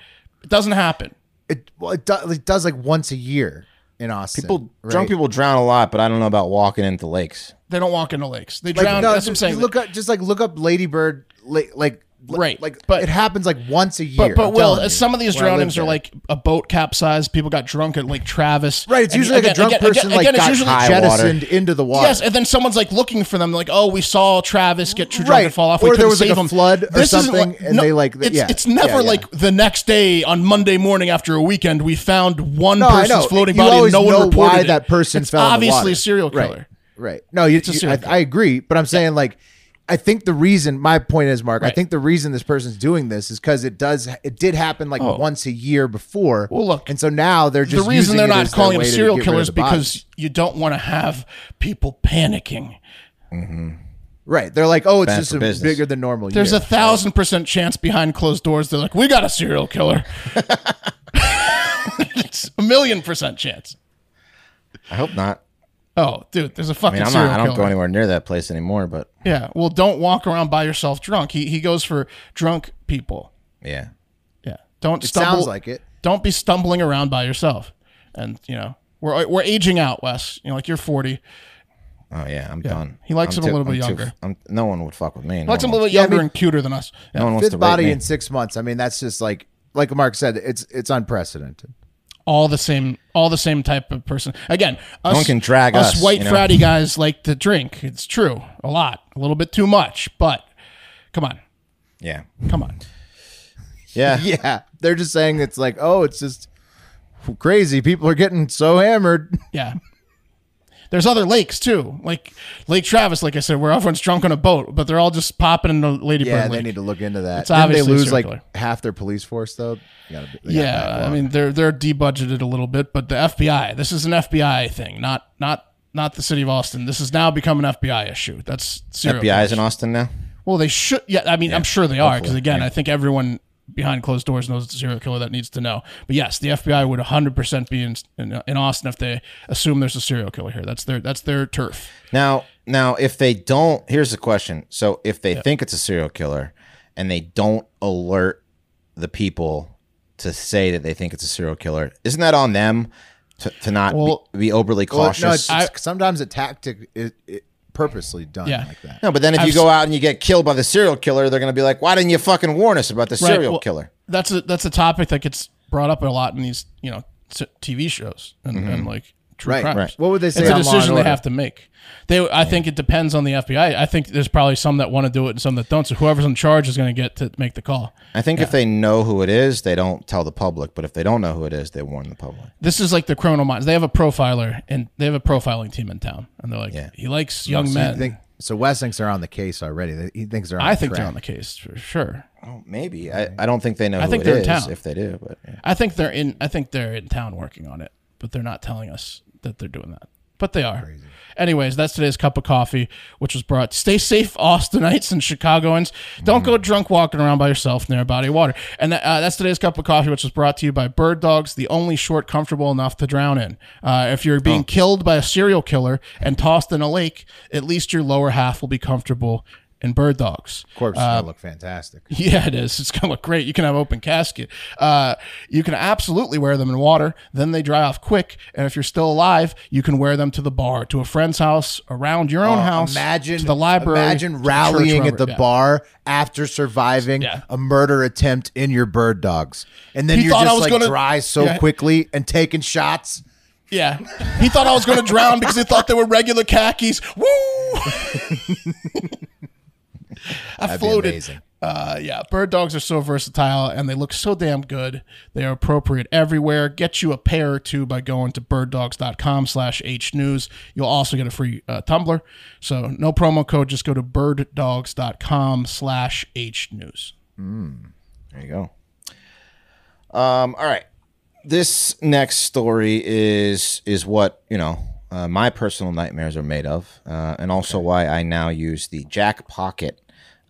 Speaker 1: It doesn't happen.
Speaker 2: It well, it, do, it does like once a year in Austin.
Speaker 3: People,
Speaker 2: right?
Speaker 3: Drunk people drown a lot, but I don't know about walking into lakes.
Speaker 1: They don't walk into lakes. They
Speaker 2: Like,
Speaker 1: drown.
Speaker 2: no,
Speaker 1: That's what I'm
Speaker 2: just
Speaker 1: saying.
Speaker 2: Look up, just like look up Ladybird. Like, like
Speaker 1: Right,
Speaker 2: Like,
Speaker 1: but-
Speaker 2: it happens like once a year.
Speaker 1: but but
Speaker 2: I'm
Speaker 1: Will,
Speaker 2: telling you,
Speaker 1: some of these
Speaker 2: when I lived
Speaker 1: drownings are
Speaker 2: there.
Speaker 1: like a boat capsized. People got drunk at Lake Travis.
Speaker 2: right. It's
Speaker 1: And
Speaker 2: usually like
Speaker 1: again-
Speaker 2: a drunk
Speaker 1: again-
Speaker 2: person
Speaker 1: again-
Speaker 2: like
Speaker 1: again, it's
Speaker 2: got
Speaker 1: usually-
Speaker 3: high
Speaker 2: jettisoned into the water.
Speaker 1: Yes, and then someone's like looking for them, like, "Oh, we saw Travis get too drunk
Speaker 2: Right.
Speaker 1: and fall off.
Speaker 2: Or
Speaker 1: we
Speaker 2: there
Speaker 1: couldn't
Speaker 2: was, like,
Speaker 1: save
Speaker 2: a
Speaker 1: him."
Speaker 2: flood or
Speaker 1: This isn't
Speaker 2: something, and they, like,
Speaker 1: it's,
Speaker 2: yeah.
Speaker 1: it's never
Speaker 2: Yeah, yeah.
Speaker 1: like the next day on Monday morning after a weekend we found one
Speaker 2: No, I
Speaker 1: person's
Speaker 2: know.
Speaker 1: floating
Speaker 2: You
Speaker 1: body and
Speaker 2: always
Speaker 1: no one
Speaker 2: know
Speaker 1: reported
Speaker 2: why
Speaker 1: it.
Speaker 2: that person
Speaker 1: it's
Speaker 2: fell in the
Speaker 1: Obviously,
Speaker 2: water.
Speaker 1: a serial
Speaker 2: Right.
Speaker 1: killer.
Speaker 2: Right. No, you, you-
Speaker 1: serial
Speaker 2: I, I agree, but I'm saying like I think the reason my point is Mark, I
Speaker 1: Right.
Speaker 2: think the reason this person's doing this is cuz it does it did happen like once a year before.
Speaker 1: Oh. Well, look,
Speaker 2: And so now they're just
Speaker 1: the reason
Speaker 2: using
Speaker 1: they're
Speaker 2: it
Speaker 1: not
Speaker 2: as their
Speaker 1: calling them
Speaker 2: way to
Speaker 1: serial
Speaker 2: get rid of
Speaker 1: killers
Speaker 2: the
Speaker 1: because
Speaker 2: bodies.
Speaker 1: you don't want to have people panicking.
Speaker 2: Right. They're like, "Oh, it's
Speaker 3: Bad
Speaker 2: just
Speaker 3: for
Speaker 2: a
Speaker 3: business.
Speaker 2: bigger than normal
Speaker 1: There's
Speaker 2: year.
Speaker 1: a thousand percent chance behind closed doors they're like, "We got a serial killer." it's a million percent chance.
Speaker 3: I hope not.
Speaker 1: Oh, dude, there's a fucking
Speaker 3: I mean, I'm
Speaker 1: serial
Speaker 3: not. I
Speaker 1: killer.
Speaker 3: don't go anywhere near that place anymore. But
Speaker 1: Yeah. Well, don't walk around by yourself drunk. He he goes for drunk people.
Speaker 3: yeah,
Speaker 1: Yeah. Don't stumble.
Speaker 2: sounds like it.
Speaker 1: Don't be stumbling around by yourself. And you know, we're we're aging out, Wes. You know, like you're 40.
Speaker 3: oh yeah, I'm done.
Speaker 1: He likes
Speaker 3: I'm
Speaker 1: him a little
Speaker 3: I'm
Speaker 1: bit younger.
Speaker 3: I'm, no one would fuck with me. No
Speaker 1: Like some
Speaker 3: one
Speaker 1: little
Speaker 3: wants-
Speaker 1: bit younger and cuter than us. Yeah.
Speaker 3: no one wants to
Speaker 2: Fifth
Speaker 3: rape
Speaker 2: body
Speaker 3: me.
Speaker 2: in 6 months. I mean, that's just like like Mark said, it's it's unprecedented.
Speaker 1: all the same all the same type of person again us,
Speaker 3: one can drag us,
Speaker 1: white
Speaker 3: you know?
Speaker 1: fratty guys like to drink it's true a lot a little bit too much but come on
Speaker 3: Yeah,
Speaker 1: come on
Speaker 3: yeah,
Speaker 2: Yeah. They're just saying it's like, "Oh, it's just crazy. People are getting so hammered."
Speaker 1: yeah there's other lakes too like lake travis like i said where everyone's drunk on a boat but they're all just popping in the ladybird
Speaker 2: Yeah, they
Speaker 1: lake.
Speaker 2: need to look into that.
Speaker 1: It's
Speaker 2: Didn't they
Speaker 1: obviously
Speaker 2: lose
Speaker 1: circular.
Speaker 2: like half their police force though. They gotta be- they gotta back
Speaker 1: yeah i
Speaker 2: off.
Speaker 1: mean they're they're debudgeted a little bit but the fbi this is an fbi thing not not not the city of austin this has now become an fbi issue that's serial
Speaker 3: FBI's in Austin now.
Speaker 1: Well, they should. Yeah, I mean, I'm sure they are because again, I think everyone behind closed doors knows it's a serial killer that needs to know. But yes, the FBI would 100 percent be in, in in Austin if they assume there's a serial killer here. That's their that's their turf.
Speaker 3: Now, now, if they don't, here's the question. So, if they think it's a serial killer, and they don't alert the people to say that they think it's a serial killer. Isn't that on them to, to not
Speaker 1: Well-
Speaker 3: be, be overly
Speaker 2: Well, no,
Speaker 3: cautious?
Speaker 2: it's- it's- sometimes a tactic is it, purposely done
Speaker 1: Yeah.
Speaker 2: like that.
Speaker 3: No, but then if you go out and you get killed by the serial killer, they're going to be like, "Why didn't you fucking warn us about the
Speaker 1: Right,
Speaker 3: serial
Speaker 1: well,
Speaker 3: killer?"
Speaker 1: That's a that's a topic that gets brought up a lot in these you know s- TV shows and, and like
Speaker 2: Mm-hmm.
Speaker 1: true
Speaker 2: Right,
Speaker 1: crimes.
Speaker 2: right. What would they say
Speaker 1: It's a
Speaker 2: on Law and
Speaker 1: decision they
Speaker 2: Order?
Speaker 1: have to make. They I think it depends on the FBI. I think there's probably some that want to do it and some that don't. So whoever's in charge is going to get to make the call.
Speaker 3: I think if they know who it is, they don't tell the public. But if they don't know who it is, they warn the public.
Speaker 1: This is like the criminal minds. They have a profiler and they have a profiling team in town, and they're like, he likes young
Speaker 2: So,
Speaker 1: men.
Speaker 2: you think, so Wes thinks they're on the case already. They- He thinks they're. On
Speaker 1: I think
Speaker 2: track.
Speaker 1: they're on the case for sure.
Speaker 3: Oh, maybe I, I don't think they know. I who
Speaker 1: think
Speaker 3: it
Speaker 1: they're in
Speaker 3: is,
Speaker 1: town.
Speaker 3: If they do, but yeah.
Speaker 1: I think they're in. I think they're in town working on it, but they're not telling us that they're doing that. But they are. Anyways, that's today's cup of coffee, which was brought. Stay safe, Austinites and Chicagoans. Don't go drunk walking around by yourself near a body of water. And tha- uh, that's today's cup of coffee, which was brought to you by Bird Dogs, the only short comfortable enough to drown in. Uh, if you're being killed by a serial killer and tossed in a lake, at least your lower half will be comfortable in Bird Dogs.
Speaker 2: Corpse is gonna look fantastic.
Speaker 1: Yeah, it is. It's gonna look great. You can have open casket. Uh, you can absolutely wear them in water. Then they dry off quick, and if you're still alive, you can wear them to the bar, to a friend's house, around your own house,
Speaker 2: Oh, Imagine
Speaker 1: to the library, to
Speaker 2: Imagine
Speaker 1: the church,
Speaker 2: rallying
Speaker 1: wherever.
Speaker 2: at the
Speaker 1: Yeah.
Speaker 2: bar after surviving
Speaker 1: Yeah.
Speaker 2: a murder attempt in your bird dogs, and then
Speaker 1: He
Speaker 2: you're
Speaker 1: thought I
Speaker 2: just
Speaker 1: was
Speaker 2: like
Speaker 1: gonna-
Speaker 2: dry so
Speaker 1: Yeah.
Speaker 2: quickly and taking shots.
Speaker 1: Yeah, he thought I was gonna drown because he thought they were regular khakis. Woo! I
Speaker 2: That'd be
Speaker 1: floated.
Speaker 2: amazing.
Speaker 1: Uh, yeah, bird dogs are so versatile and they look so damn good. They are appropriate everywhere. Get you a pair or two by going to birddogs.com slash hnews. You'll also get a free uh, tumbler. So no promo code, just go to birddogs.com slash hnews.
Speaker 3: There you go. Um, all right. This next story is is what you know uh, my personal nightmares are made of, uh, and also why I now use the Jack Pocket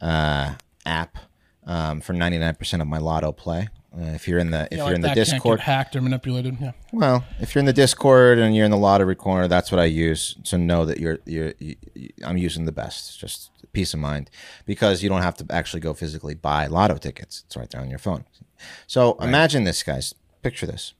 Speaker 3: uh, app um, for ninety nine percent of my lotto play. Uh, if you're in the if you're in the Discord,
Speaker 1: hacked or manipulated. Yeah.
Speaker 3: well, if you're in the Discord and you're in the lottery corner, that's what I use to know that you're you're you, you- I'm using the best. It's just peace of mind because you don't have to actually go physically buy lotto tickets. It's right there on your phone. So imagine this, guys. Picture this: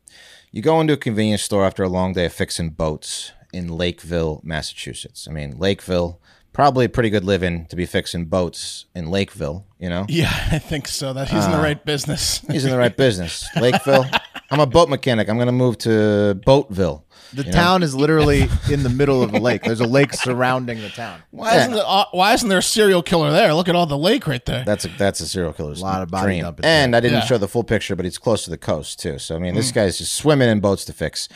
Speaker 3: you go into a convenience store after a long day of fixing boats in Lakeville, Massachusetts. I mean, Lakeville probably a pretty good living to be fixing boats in Lakeville. You know,
Speaker 1: Yeah, I think so. That he's in the right business.
Speaker 3: he's in the right business, Lakeville. I'm a boat mechanic. I'm gonna move to Boatville.
Speaker 2: The town is literally in the middle of a lake. There's a lake surrounding the town.
Speaker 1: Why isn't, the, uh, why isn't there a serial killer there? Look at all the lake right there.
Speaker 3: That's a that's a serial killer's
Speaker 2: Lot of body
Speaker 3: dream.
Speaker 2: dumping.
Speaker 3: And I didn't
Speaker 1: Yeah.
Speaker 3: show the full picture, but it's close to the coast too. So I mean, this guy's just swimming in boats to fix,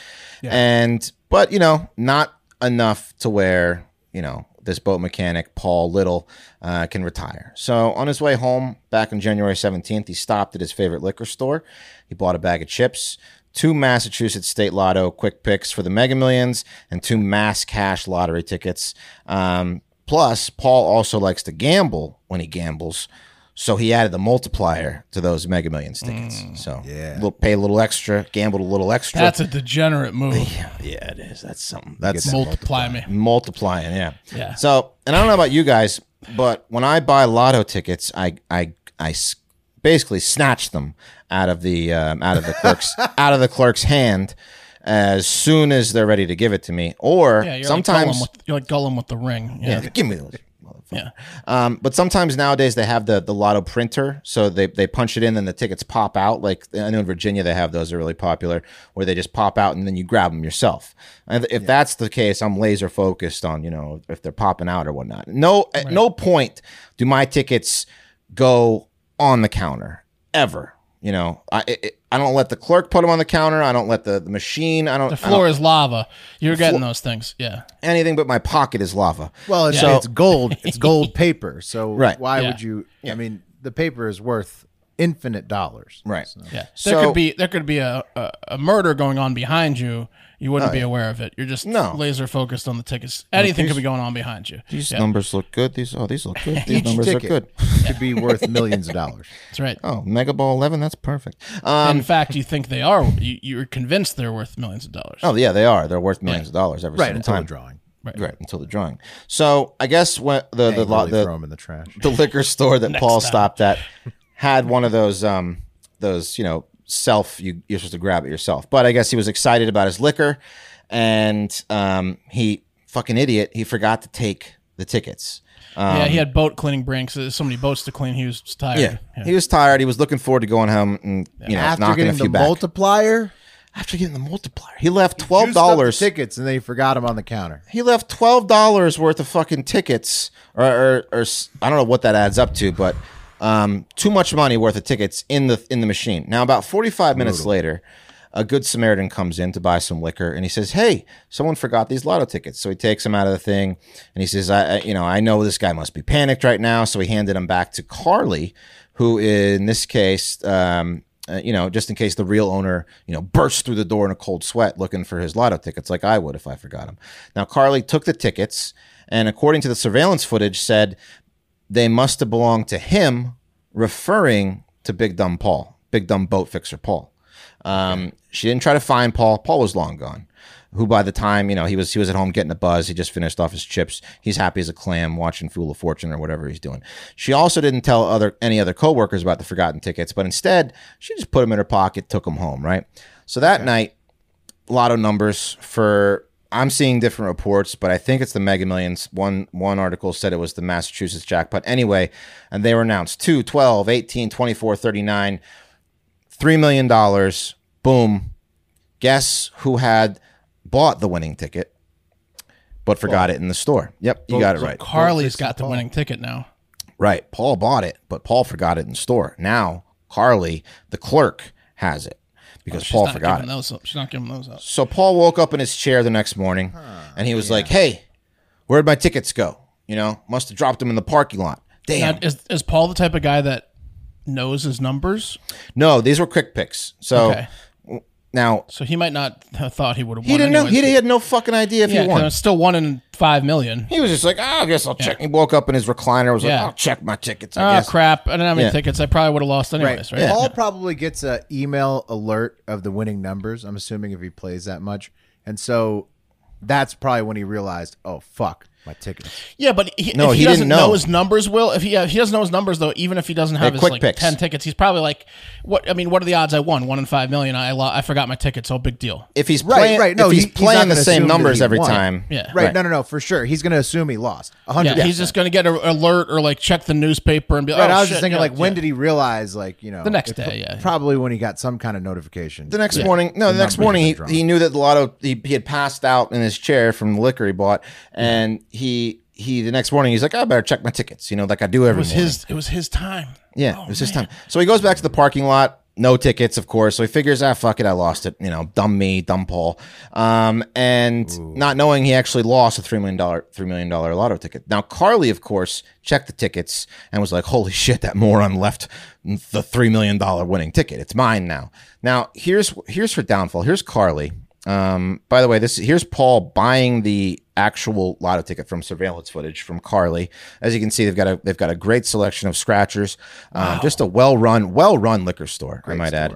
Speaker 3: and but you know, not enough to where you know this boat mechanic Paul Little uh, can retire. So on his way home back on January seventeenth, he stopped at his favorite liquor store. He bought a bag of chips. Two Massachusetts State Lotto quick picks for the Mega Millions and two mass cash lottery tickets. Um, plus, Paul also likes to gamble when he gambles. So he added the multiplier to those Mega Millions tickets. so yeah, little, pay a little extra, gambled a little extra.
Speaker 1: Mm, That's a degenerate move.
Speaker 3: yeah, it is. That's something. That's
Speaker 1: Multiply me.
Speaker 3: multiplying. Yeah.
Speaker 1: Yeah.
Speaker 3: So, and I don't know about you guys, but when I buy lotto tickets, I I I s- basically snatch them out of the um, out of the clerk's out of the clerk's hand as soon as they're ready to give it to me. Or
Speaker 1: Yeah, you're
Speaker 3: sometimes
Speaker 1: like Gollum with, you're like Gollum with the ring. Yeah,
Speaker 3: yeah, give me those.
Speaker 1: yeah.
Speaker 3: Um, but sometimes nowadays they have the the lotto printer, so they, they punch it in and the tickets pop out. Like I know in Virginia they have those; they're really popular, where they just pop out and then you grab them yourself. And if that's the case, I'm laser focused on you know if they're popping out or whatnot. No, at no point do my tickets go on the counter ever. You know, I it, it- I don't let the clerk put them on the counter. I don't let the, the machine. I don't,
Speaker 1: The
Speaker 3: I don't
Speaker 1: floor is lava. You're getting those things. Yeah,
Speaker 3: anything but my pocket is lava.
Speaker 2: Well, it's,
Speaker 3: So-
Speaker 2: it's gold. It's gold paper. So
Speaker 3: Right.
Speaker 2: why
Speaker 1: Yeah.
Speaker 2: would you? I mean, the paper is worth infinite dollars.
Speaker 3: right.
Speaker 1: yeah. there
Speaker 3: So-
Speaker 1: could be there could be a, a, a murder going on behind you. You wouldn't be aware of it. You're just
Speaker 3: No.
Speaker 1: laser focused on the tickets. Anything could be going on behind you.
Speaker 3: These
Speaker 1: Yeah,
Speaker 3: numbers look good. These oh, these look good. These
Speaker 2: Each
Speaker 3: numbers
Speaker 2: ticket
Speaker 3: are good.
Speaker 2: could be worth millions of dollars.
Speaker 1: that's right.
Speaker 3: Oh, Mega Ball Eleven. That's perfect. Um,
Speaker 1: In fact, you think they are. You, you're convinced they're worth millions of dollars.
Speaker 3: oh yeah, they are. They're worth millions of dollars every
Speaker 2: Right
Speaker 3: single
Speaker 2: until the
Speaker 3: time.
Speaker 2: drawing.
Speaker 3: Right until the drawing. So I guess when the
Speaker 2: The,
Speaker 3: the, lot
Speaker 2: really
Speaker 3: the,
Speaker 2: throw 'em in the trash.
Speaker 3: the liquor store that Paul stopped at had one of those um those you know self you, you're supposed to grab it yourself. But I guess he was excited about his liquor, and um, he fucking idiot. He forgot to take the tickets.
Speaker 1: yeah,
Speaker 3: um,
Speaker 1: he had boat cleaning brains. There's so many boats to clean. He was just tired.
Speaker 3: he was tired. He was looking forward to going home and you know
Speaker 2: After
Speaker 3: knocking a
Speaker 2: getting
Speaker 3: few
Speaker 2: the
Speaker 3: back.
Speaker 2: multiplier,
Speaker 3: After getting the multiplier, he left twelve
Speaker 2: juiced up the
Speaker 3: dollars.
Speaker 2: tickets, and they forgot them on the counter.
Speaker 3: he left twelve dollars worth of fucking tickets, or, or or s- I don't know what that adds up to, but um, too much money worth of tickets in the in the machine. Now, about forty five minutes later, a good Samaritan comes in to buy some liquor, and he says, "Hey, someone forgot these lotto tickets." So he takes them out of the thing, and he says, "I, I you know I know this guy must be panicked right now." So he handed them back to Carly, who in this case. Um, uh, you know, just in case the real owner, you know, bursts through the door in a cold sweat looking for his lotto tickets, like I would if I forgot them. Now, Carly took the tickets, and according to the surveillance footage, said they must have belonged to him, referring to Big Dumb Paul, Big Dumb Boat Fixer Paul. Um, she didn't try to find Paul. Paul was long gone. Who by the time you know he was he was at home getting a buzz. He just finished off his chips. He's happy as a clam watching Fool of Fortune or whatever he's doing. She also didn't tell other any other coworkers about the forgotten tickets, but instead she just put them in her pocket, took them home. Right. So that night, lotto numbers for I'm seeing different reports, but I think it's the Mega Millions. One one article said it was the Massachusetts jackpot. Anyway, and they were announced 2, 12, 18, 24, 39, 3 million dollars. Boom. Guess who had bought the winning ticket but forgot it in the store. Yep, you got it right.
Speaker 1: Carly's got the winning ticket now.
Speaker 3: Right. Paul bought it, but Paul forgot it in store. Now, Carly, the clerk, has it because
Speaker 1: Oh, She's
Speaker 3: Paul
Speaker 1: not
Speaker 3: forgot it.
Speaker 1: giving Those up. She's not giving those up.
Speaker 3: So Paul woke up in his chair the next morning and he was like, Hey, where'd my tickets go? You know, must have dropped them in the parking lot. Damn.
Speaker 1: Now, is, is Paul the type of guy that knows his numbers?
Speaker 3: no, these were quick picks. So
Speaker 1: Okay.
Speaker 3: w- now
Speaker 1: So he might not have thought he would have won.
Speaker 3: he didn't know.
Speaker 1: anyways.
Speaker 3: He, he had no fucking idea if
Speaker 1: Yeah,
Speaker 3: he
Speaker 1: 'cause
Speaker 3: won.
Speaker 1: it's still one in five million.
Speaker 3: He was just like, "Ah, I guess I'll check. He woke up in his recliner. Was like,
Speaker 1: Yeah.
Speaker 3: I'll check my tickets.
Speaker 2: Ah,
Speaker 3: I
Speaker 1: Oh
Speaker 3: guess.
Speaker 1: crap! I didn't have any
Speaker 3: Yeah.
Speaker 1: tickets. I probably would have lost anyways, right?
Speaker 2: Paul probably gets a email alert of the winning numbers. I'm assuming if he plays that much, and so that's probably when he realized, oh fuck, my tickets.
Speaker 1: Yeah, but he,
Speaker 3: No,
Speaker 1: if he,
Speaker 3: he
Speaker 1: doesn't
Speaker 3: didn't
Speaker 1: know.
Speaker 3: know.
Speaker 1: his numbers. Will if he if he doesn't know his numbers though, even if he doesn't have his
Speaker 3: quick
Speaker 1: like
Speaker 3: picks.
Speaker 1: ten tickets, he's probably like, what? I mean, what are the odds I won? One in five million. I lo- I forgot my tickets. So big deal.
Speaker 3: If he's
Speaker 2: Right,
Speaker 3: playing,
Speaker 2: right. No,
Speaker 3: if he's
Speaker 2: he- he's not
Speaker 3: playing
Speaker 2: gonna
Speaker 3: the same
Speaker 2: assume that
Speaker 3: numbers
Speaker 2: he
Speaker 3: every
Speaker 2: won.
Speaker 3: time,
Speaker 1: Yeah.
Speaker 2: Right. No, no, no. For sure, he's going to assume he lost. A
Speaker 1: Yeah,
Speaker 2: hundred.
Speaker 1: he's just gonna get a alert or like check the newspaper and be like,
Speaker 2: Right,
Speaker 1: oh,
Speaker 2: I was
Speaker 1: shit,
Speaker 2: just thinking,
Speaker 1: yeah,
Speaker 2: like, when
Speaker 1: yeah.
Speaker 2: did he realize, like, you know,
Speaker 1: The next
Speaker 2: it
Speaker 1: day,
Speaker 2: pro-
Speaker 1: yeah, yeah.
Speaker 2: probably when he got some kind of notification.
Speaker 3: The next morning, no, the next
Speaker 2: numbers
Speaker 3: morning
Speaker 2: were
Speaker 3: he,
Speaker 2: drawn.
Speaker 3: he knew that the lotto he, he had passed out in his chair from the liquor he bought, and he he the next morning he's like, I better check my tickets, you know, like I do
Speaker 1: it
Speaker 3: every
Speaker 1: was
Speaker 3: morning.
Speaker 1: his it was his time. Oh,
Speaker 3: yeah, it was his time. So he goes back to the parking lot, no tickets, of course. So he figures, ah, fuck it, I lost it, you know, dumb me, dumb Paul, um, and not knowing he actually lost a three million dollar three million dollar lotto ticket. Now Carly, of course, checked the tickets and was like, holy shit, that moron left the three million dollar winning ticket. It's mine now. Now here's here's her downfall. Here's Carly. Um, by the way, this here's Paul buying the actual lotto ticket from surveillance footage from Carly. As you can see, they've got a they've got a great selection of scratchers. Um, Just a well run, well run liquor store, I might add.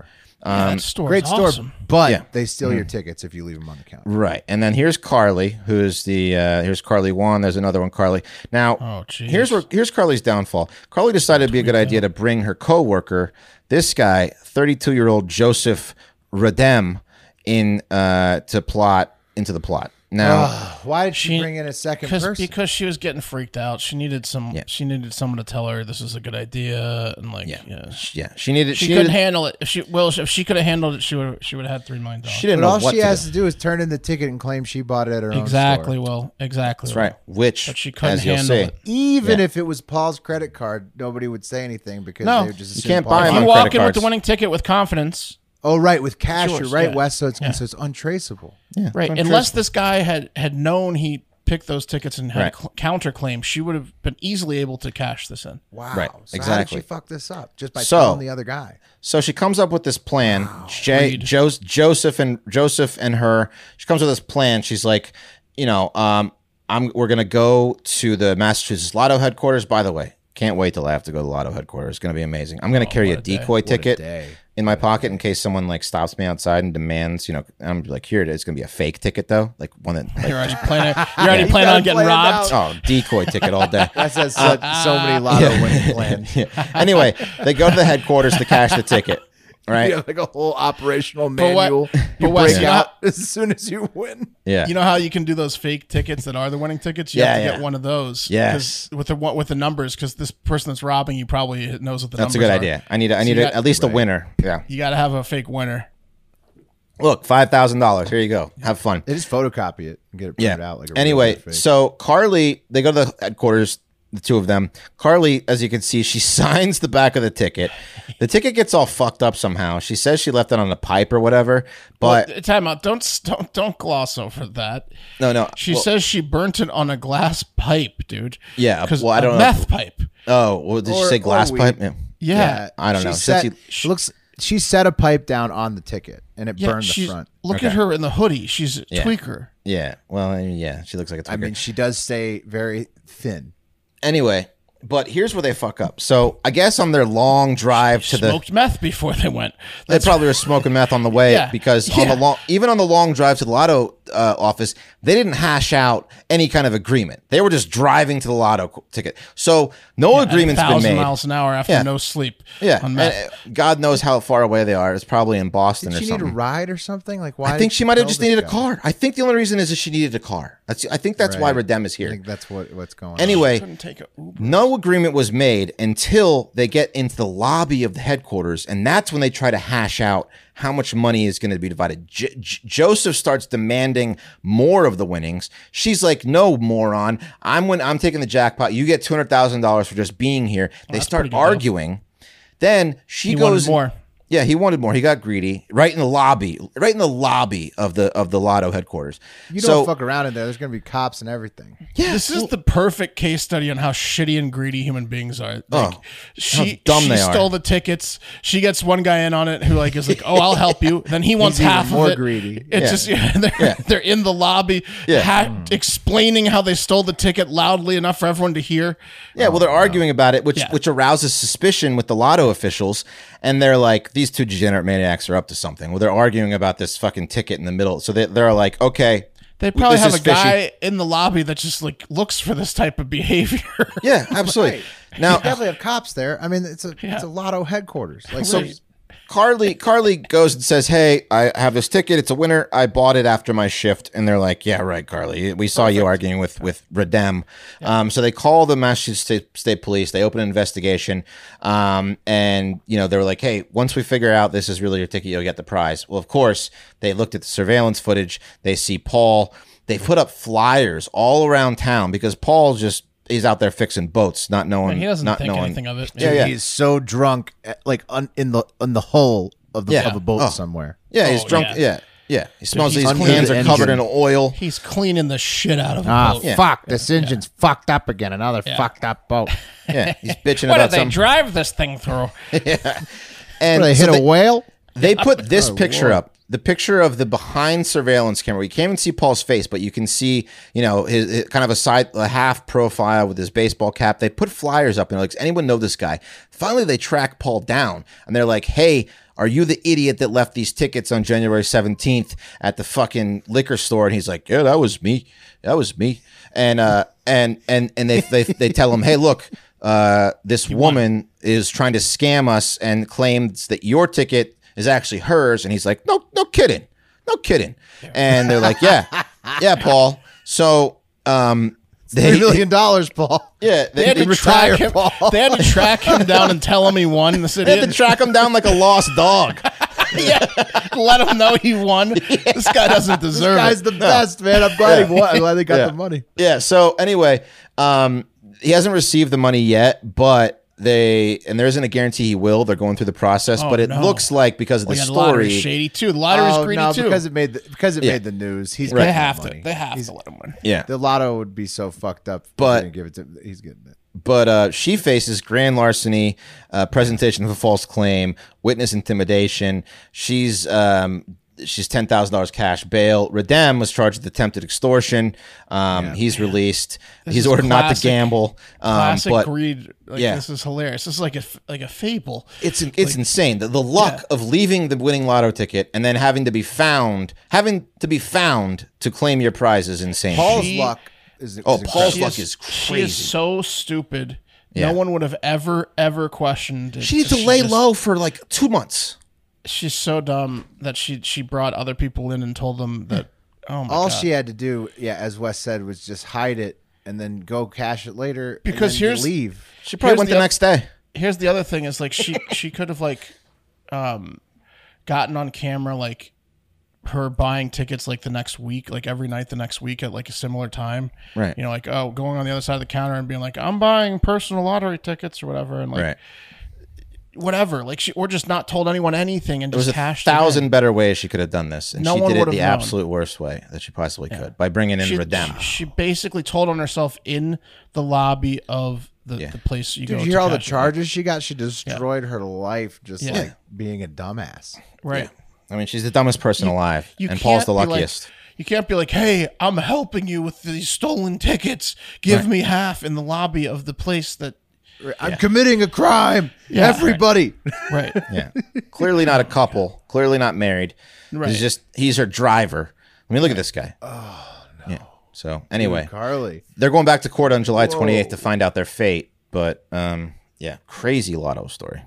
Speaker 1: Yeah, that store
Speaker 2: Great
Speaker 1: is
Speaker 2: store,
Speaker 1: awesome.
Speaker 2: but
Speaker 3: Yeah.
Speaker 2: they steal
Speaker 1: Mm.
Speaker 2: your tickets if you leave them on the counter.
Speaker 3: Right, and then here's Carly, who's the uh, here's Carly one. There's another one, Carly. Now,
Speaker 1: Oh, jeez.
Speaker 3: here's where here's Carly's downfall. Carly decided it'd be a good idea to bring her coworker, this guy, 32 year old Joseph Radem, in uh, to plot into the plot. Now,
Speaker 2: Why did she,
Speaker 1: She-
Speaker 2: bring in a second
Speaker 1: Because
Speaker 2: person?
Speaker 1: because she was getting freaked out, she needed some. She needed someone to tell her this is a good idea, and like, yeah,
Speaker 3: yeah, she needed
Speaker 1: she,
Speaker 3: she,
Speaker 1: couldn't
Speaker 3: needed,
Speaker 1: handle it. If she well, if she could have handled it, she would she would have had three million dollars.
Speaker 3: she didn't
Speaker 2: but
Speaker 3: know
Speaker 2: all
Speaker 3: what
Speaker 2: she
Speaker 3: to
Speaker 2: has
Speaker 3: do.
Speaker 2: to do is turn in the ticket and claim she bought it at her
Speaker 1: Exactly.
Speaker 2: own store.
Speaker 1: Well, exactly. That's
Speaker 3: Right, which
Speaker 1: But she couldn't
Speaker 3: as you'll
Speaker 1: handle
Speaker 3: see,
Speaker 1: it.
Speaker 2: Even if it was Paul's credit card, nobody would say anything because
Speaker 1: No.
Speaker 2: they would just
Speaker 3: You
Speaker 2: assume
Speaker 3: can't
Speaker 2: Paul
Speaker 3: buy
Speaker 1: If
Speaker 3: them
Speaker 2: bought it.
Speaker 1: you
Speaker 3: on credit
Speaker 1: walk in with
Speaker 3: cards.
Speaker 1: the winning ticket with confidence,
Speaker 2: Oh, right, with cash,
Speaker 1: Sure,
Speaker 2: you're right,
Speaker 1: yeah.
Speaker 2: Wes. So it's,
Speaker 1: Yeah.
Speaker 2: so it's untraceable.
Speaker 1: right? Unless this guy had had known he picked those tickets and had
Speaker 3: Right.
Speaker 1: a cl- counterclaim, she would have been easily able to cash this in.
Speaker 2: Wow.
Speaker 3: Right,
Speaker 2: So How did she
Speaker 3: exactly.
Speaker 2: fuck this up just by
Speaker 3: So-
Speaker 2: telling the other guy?
Speaker 3: So she comes up with this plan. J- Jos- Joseph and Joseph and her. She comes with this plan. She's like, you know, um, I'm we're gonna go to the Massachusetts Lotto headquarters. By the way, can't wait till I have to go to the Lotto headquarters. It's gonna be amazing. I'm gonna carry a decoy ticket
Speaker 2: day.
Speaker 3: in my pocket in case someone like stops me outside and demands. You know, I'm like, here it is. It's gonna be a fake ticket though, like one that. Like,
Speaker 1: You're already planning. You're already
Speaker 2: You
Speaker 1: planning
Speaker 2: gotta
Speaker 1: on getting
Speaker 2: plan it
Speaker 1: robbed.
Speaker 2: out.
Speaker 3: Oh, decoy ticket all day.
Speaker 2: That says
Speaker 1: Uh,
Speaker 2: so, so many lotto winning plans.
Speaker 3: Yeah. Anyway, they go to the headquarters to cash the ticket. Right.
Speaker 2: You have like a whole operational
Speaker 1: But what-
Speaker 2: manual.
Speaker 1: but
Speaker 2: you
Speaker 1: what-
Speaker 2: break
Speaker 1: you know-
Speaker 2: out as soon as you win.
Speaker 3: Yeah.
Speaker 1: You know how you can do those fake tickets that are the winning tickets? You have to
Speaker 3: Yeah,
Speaker 1: get
Speaker 3: yeah.
Speaker 1: one of those. 'cause
Speaker 3: Yes.
Speaker 1: With the one- with the numbers, because this person that's robbing you probably knows what the
Speaker 3: that's a
Speaker 1: numbers
Speaker 3: good
Speaker 1: are.
Speaker 3: idea. I need a, I need
Speaker 1: you
Speaker 3: a-
Speaker 1: got-
Speaker 3: at least a winner. Yeah.
Speaker 1: You got to have a fake winner.
Speaker 3: Look, five thousand dollars. Here you go. Have fun.
Speaker 2: They just photocopy it and get it
Speaker 3: yeah.
Speaker 2: printed out. Like a real
Speaker 3: anyway,
Speaker 2: fake.
Speaker 3: so Carly, they go to the headquarters, the two of them. Carly, as you can see, she signs the back of the ticket. The ticket gets all fucked up somehow. She says she left it on a pipe or whatever, but
Speaker 1: Uh, Time out. Don't s- don't don't gloss over that.
Speaker 3: no, no.
Speaker 1: She
Speaker 3: well,
Speaker 1: says she burnt it on a glass pipe, dude.
Speaker 3: Yeah,
Speaker 1: Because
Speaker 3: well, I don't
Speaker 1: a
Speaker 3: know.
Speaker 1: meth pipe.
Speaker 3: "Oh, well, did she
Speaker 2: Or-
Speaker 3: say
Speaker 2: or
Speaker 3: glass
Speaker 2: we-
Speaker 3: pipe?" Yeah.
Speaker 1: Yeah.
Speaker 3: I don't
Speaker 2: she
Speaker 3: know. Says
Speaker 2: Set,
Speaker 3: she-
Speaker 2: she looks. She set a pipe down on the ticket and it
Speaker 1: Yeah,
Speaker 2: burned the
Speaker 1: she's-
Speaker 2: front.
Speaker 1: Look at
Speaker 3: Okay.
Speaker 1: her in the hoodie. She's a
Speaker 3: Yeah.
Speaker 1: tweaker.
Speaker 3: yeah. Well, yeah. She looks like a
Speaker 2: I
Speaker 3: tweaker.
Speaker 2: mean, she does stay very thin.
Speaker 3: anyway, but here's where they fuck up. So I guess on their long drive to the
Speaker 1: Smoked meth before they went.
Speaker 3: They probably were smoking meth on the way
Speaker 1: Yeah.
Speaker 3: because on
Speaker 1: Yeah.
Speaker 3: the long, even on the long drive to the lotto uh, office, they didn't hash out any kind of agreement. They were just driving to the lotto qu- ticket, so no agreement's
Speaker 1: a
Speaker 3: been
Speaker 1: thousand
Speaker 3: made.
Speaker 1: miles an hour after
Speaker 3: Yeah.
Speaker 1: no sleep.
Speaker 3: Yeah,
Speaker 1: on meth.
Speaker 3: and, uh, God knows how far away they are. It's probably in Boston
Speaker 2: Did
Speaker 3: or
Speaker 2: she need
Speaker 3: something.
Speaker 2: a ride or something? Like why?
Speaker 3: I think
Speaker 2: did
Speaker 3: she might have
Speaker 2: tell
Speaker 3: just
Speaker 2: this
Speaker 3: needed a
Speaker 2: guy?
Speaker 3: car. I think the only reason is that she needed a car. That's, I think that's why
Speaker 2: Right.
Speaker 3: Redem is
Speaker 2: I
Speaker 3: here.
Speaker 2: think that's what what's going on.
Speaker 3: Anyway,
Speaker 1: Couldn't take a Uber.
Speaker 3: no agreement was made until they get into the lobby of the headquarters, and that's when they try to hash out how much money is going to be divided. J- J- Joseph starts demanding more of the winnings. She's like, "No, moron! I'm when I'm taking the jackpot. You get two hundred thousand dollars for just being here." They
Speaker 1: pretty
Speaker 3: start
Speaker 1: good deal.
Speaker 3: arguing. Then she
Speaker 1: He wanted
Speaker 3: goes
Speaker 1: more.
Speaker 3: Yeah, he wanted more. He got greedy. Right in the lobby, right in the lobby of the of the Lotto headquarters.
Speaker 2: you don't
Speaker 3: so
Speaker 2: fuck around in there. There's gonna be cops and everything.
Speaker 3: yeah,
Speaker 1: This is the perfect case study on how shitty and greedy human beings are. Like, she
Speaker 3: Oh, dumb
Speaker 1: she
Speaker 3: they are.
Speaker 1: stole the tickets. She gets one guy in on it who like is like, "Oh, I'll help you." Then he wants
Speaker 2: even
Speaker 1: half
Speaker 2: more
Speaker 1: of it.
Speaker 2: greedy.
Speaker 1: It's
Speaker 3: Yeah.
Speaker 1: just yeah, they're, they're in the lobby,
Speaker 3: Yeah.
Speaker 1: ha- explaining how they stole the ticket loudly enough for everyone to hear.
Speaker 3: Yeah, well, they're arguing about it, which
Speaker 1: Yeah.
Speaker 3: which arouses suspicion with the lotto officials, and they're like, "These two degenerate maniacs are up to something." Well, they're arguing about this fucking ticket in the middle, so they they're like, "Okay,
Speaker 1: They probably
Speaker 3: this
Speaker 1: have
Speaker 3: is
Speaker 1: a
Speaker 3: fishy."
Speaker 1: guy in the lobby that just like looks for this type of behavior.
Speaker 3: Yeah, absolutely.
Speaker 2: You
Speaker 3: Now,
Speaker 2: definitely have cops there. I mean, it's a it's a lotto headquarters. Like
Speaker 3: so
Speaker 2: there's-
Speaker 3: Carly Carly goes and says, "Hey, I have this ticket. It's a winner. I bought it after my shift." And they're like, "Yeah, right, Carly. We saw you arguing with with Redem." Um, so they call the Massachusetts State, State Police. They open an investigation, um, and you know they were like, "Hey, once we figure out this is really your ticket, you'll get the prize." Well, of course, they looked at the surveillance footage. They see Paul. They put up flyers all around town because Paul's just he's out there fixing boats, not knowing.
Speaker 1: he doesn't
Speaker 3: not
Speaker 1: think
Speaker 3: knowing.
Speaker 1: anything of it.
Speaker 3: Yeah, yeah.
Speaker 2: he's so drunk, at- like un, in the in the hull of the
Speaker 3: Yeah.
Speaker 2: of a boat
Speaker 3: Oh.
Speaker 2: somewhere.
Speaker 3: Yeah, he's
Speaker 1: Oh,
Speaker 3: drunk.
Speaker 1: yeah.
Speaker 3: Yeah. yeah, He smells
Speaker 1: he's
Speaker 3: these
Speaker 1: cleaning
Speaker 3: hands
Speaker 2: the
Speaker 3: are covered in
Speaker 2: engine.
Speaker 3: oil.
Speaker 1: He's cleaning the shit out of.
Speaker 2: Ah,
Speaker 1: Ah,
Speaker 3: Yeah.
Speaker 2: fuck! This engine's fucked up again. Another fucked up boat.
Speaker 3: Yeah, he's bitching
Speaker 1: Where do
Speaker 3: about
Speaker 1: they
Speaker 3: something.
Speaker 1: drive this thing through?
Speaker 3: and
Speaker 2: they
Speaker 3: so
Speaker 2: hit a whale.
Speaker 3: they put this picture up the picture of the behind surveillance camera we can't even see paul's face but you can see you know his, his- kind of a side a half profile with his baseball cap they put flyers up and they're like does anyone know this guy finally they track paul down and they're like hey are you the idiot that left these tickets on january 17th at the fucking liquor store and he's like yeah that was me that was me and uh and and and they they, they tell him hey look uh this woman is trying to scam us and claims that your ticket is actually hers. And he's like, no, no kidding. No kidding. And they're like, yeah, yeah, Paul. So, um, they,
Speaker 2: Three million dollars, Paul.
Speaker 3: yeah, they,
Speaker 1: They had,
Speaker 3: they
Speaker 1: to
Speaker 3: retire
Speaker 1: track him,
Speaker 3: Paul.
Speaker 1: they had to track him down and tell him he won. This
Speaker 3: They had to
Speaker 1: idiot.
Speaker 3: track him down like a lost dog.
Speaker 1: yeah. Let him know he won. This guy doesn't deserve
Speaker 2: Guy's
Speaker 1: it.
Speaker 2: the best, man. I'm glad he won. I'm glad they got the money.
Speaker 3: Yeah. So anyway, um, he hasn't received the money yet, but they and there isn't a guarantee he will. They're going through the process, but it
Speaker 1: Oh, no.
Speaker 3: looks like because of
Speaker 1: Oh,
Speaker 3: the
Speaker 1: yeah, the
Speaker 3: story,
Speaker 1: lottery's shady too. The lottery's
Speaker 2: oh
Speaker 1: greedy
Speaker 2: no,
Speaker 1: too.
Speaker 2: because it made the, because it
Speaker 3: Yeah.
Speaker 2: made the news. He's
Speaker 3: Right.
Speaker 1: they
Speaker 2: getting
Speaker 1: have
Speaker 2: the money.
Speaker 1: to. They have to let him win.
Speaker 3: yeah,
Speaker 2: The lotto would be so fucked up. if
Speaker 3: But-
Speaker 2: they didn't give it to. He's getting it.
Speaker 3: but uh, she faces grand larceny, uh, presentation of a false claim, witness intimidation. She's um, she's ten thousand dollars cash bail. Redem was charged with attempted extortion. Um, he's released. he's
Speaker 1: is
Speaker 3: ordered not to
Speaker 1: classic-
Speaker 3: gamble. Um,
Speaker 1: Classic
Speaker 3: but
Speaker 1: greed. Like,
Speaker 3: yeah.
Speaker 1: This is hilarious. This is like a f- like a fable.
Speaker 3: it's it's insane the, the luck of leaving the winning lotto ticket and then having to be found, having to be found to claim your prize is insane.
Speaker 2: Paul's
Speaker 1: She-
Speaker 2: luck is.
Speaker 3: oh,
Speaker 2: is
Speaker 3: Paul's
Speaker 1: She
Speaker 3: luck is
Speaker 1: She
Speaker 3: crazy.
Speaker 1: is so stupid.
Speaker 3: Yeah.
Speaker 1: No one would have ever ever questioned. It.
Speaker 3: She needs to
Speaker 1: Just-
Speaker 3: lay
Speaker 1: just-
Speaker 3: low for like two months.
Speaker 1: she's so dumb that she she brought other people in and told them that. Oh my
Speaker 2: All
Speaker 1: god!
Speaker 2: she had to do, yeah, as Wes said, was just hide it and then go cash it later. and
Speaker 1: Because
Speaker 2: then
Speaker 1: here's-
Speaker 2: leave.
Speaker 3: She probably
Speaker 1: Here's
Speaker 3: went
Speaker 1: the
Speaker 3: the,
Speaker 1: oth-
Speaker 3: next day.
Speaker 1: Here's the other thing: is like she she could have like, um, gotten on camera like her buying tickets like the next week, like every night the next week at like a similar time.
Speaker 3: Right.
Speaker 1: You know, like oh, going on the other side of the counter and being like, I'm buying personal lottery tickets or whatever, and like
Speaker 3: Right.
Speaker 1: whatever, like she or just not told anyone anything and
Speaker 3: There was
Speaker 1: just
Speaker 3: a
Speaker 1: cashed it in.
Speaker 3: thousand better ways she could have done this, and
Speaker 1: No
Speaker 3: she
Speaker 1: one
Speaker 3: did it
Speaker 1: would've
Speaker 3: the
Speaker 1: known.
Speaker 3: absolute worst way that she possibly could by bringing in
Speaker 1: she,
Speaker 3: Redem.
Speaker 1: She basically told on herself in the lobby of the, the place you
Speaker 2: Did
Speaker 1: go.
Speaker 2: you
Speaker 1: to
Speaker 2: hear all the
Speaker 1: catch it.
Speaker 2: charges she got? She destroyed her life just
Speaker 1: Yeah.
Speaker 2: like being a dumbass.
Speaker 1: Right.
Speaker 3: I mean, she's the dumbest person alive,
Speaker 1: You
Speaker 3: and Paul's
Speaker 1: can't
Speaker 3: the
Speaker 1: be like-
Speaker 3: luckiest.
Speaker 1: you can't be like, "Hey, I'm helping you with these stolen tickets. Give me half in the lobby of the place that."
Speaker 2: I'm committing a crime.
Speaker 1: Yeah.
Speaker 2: Everybody.
Speaker 1: Right.
Speaker 3: yeah, clearly not a couple. Clearly not married.
Speaker 1: Right.
Speaker 3: He's just he's her driver. I mean, look at this guy. Oh no. Yeah. So anyway,
Speaker 2: Carly.
Speaker 3: they're going back to court on July 28th to find out their fate. But um, yeah, crazy lotto story.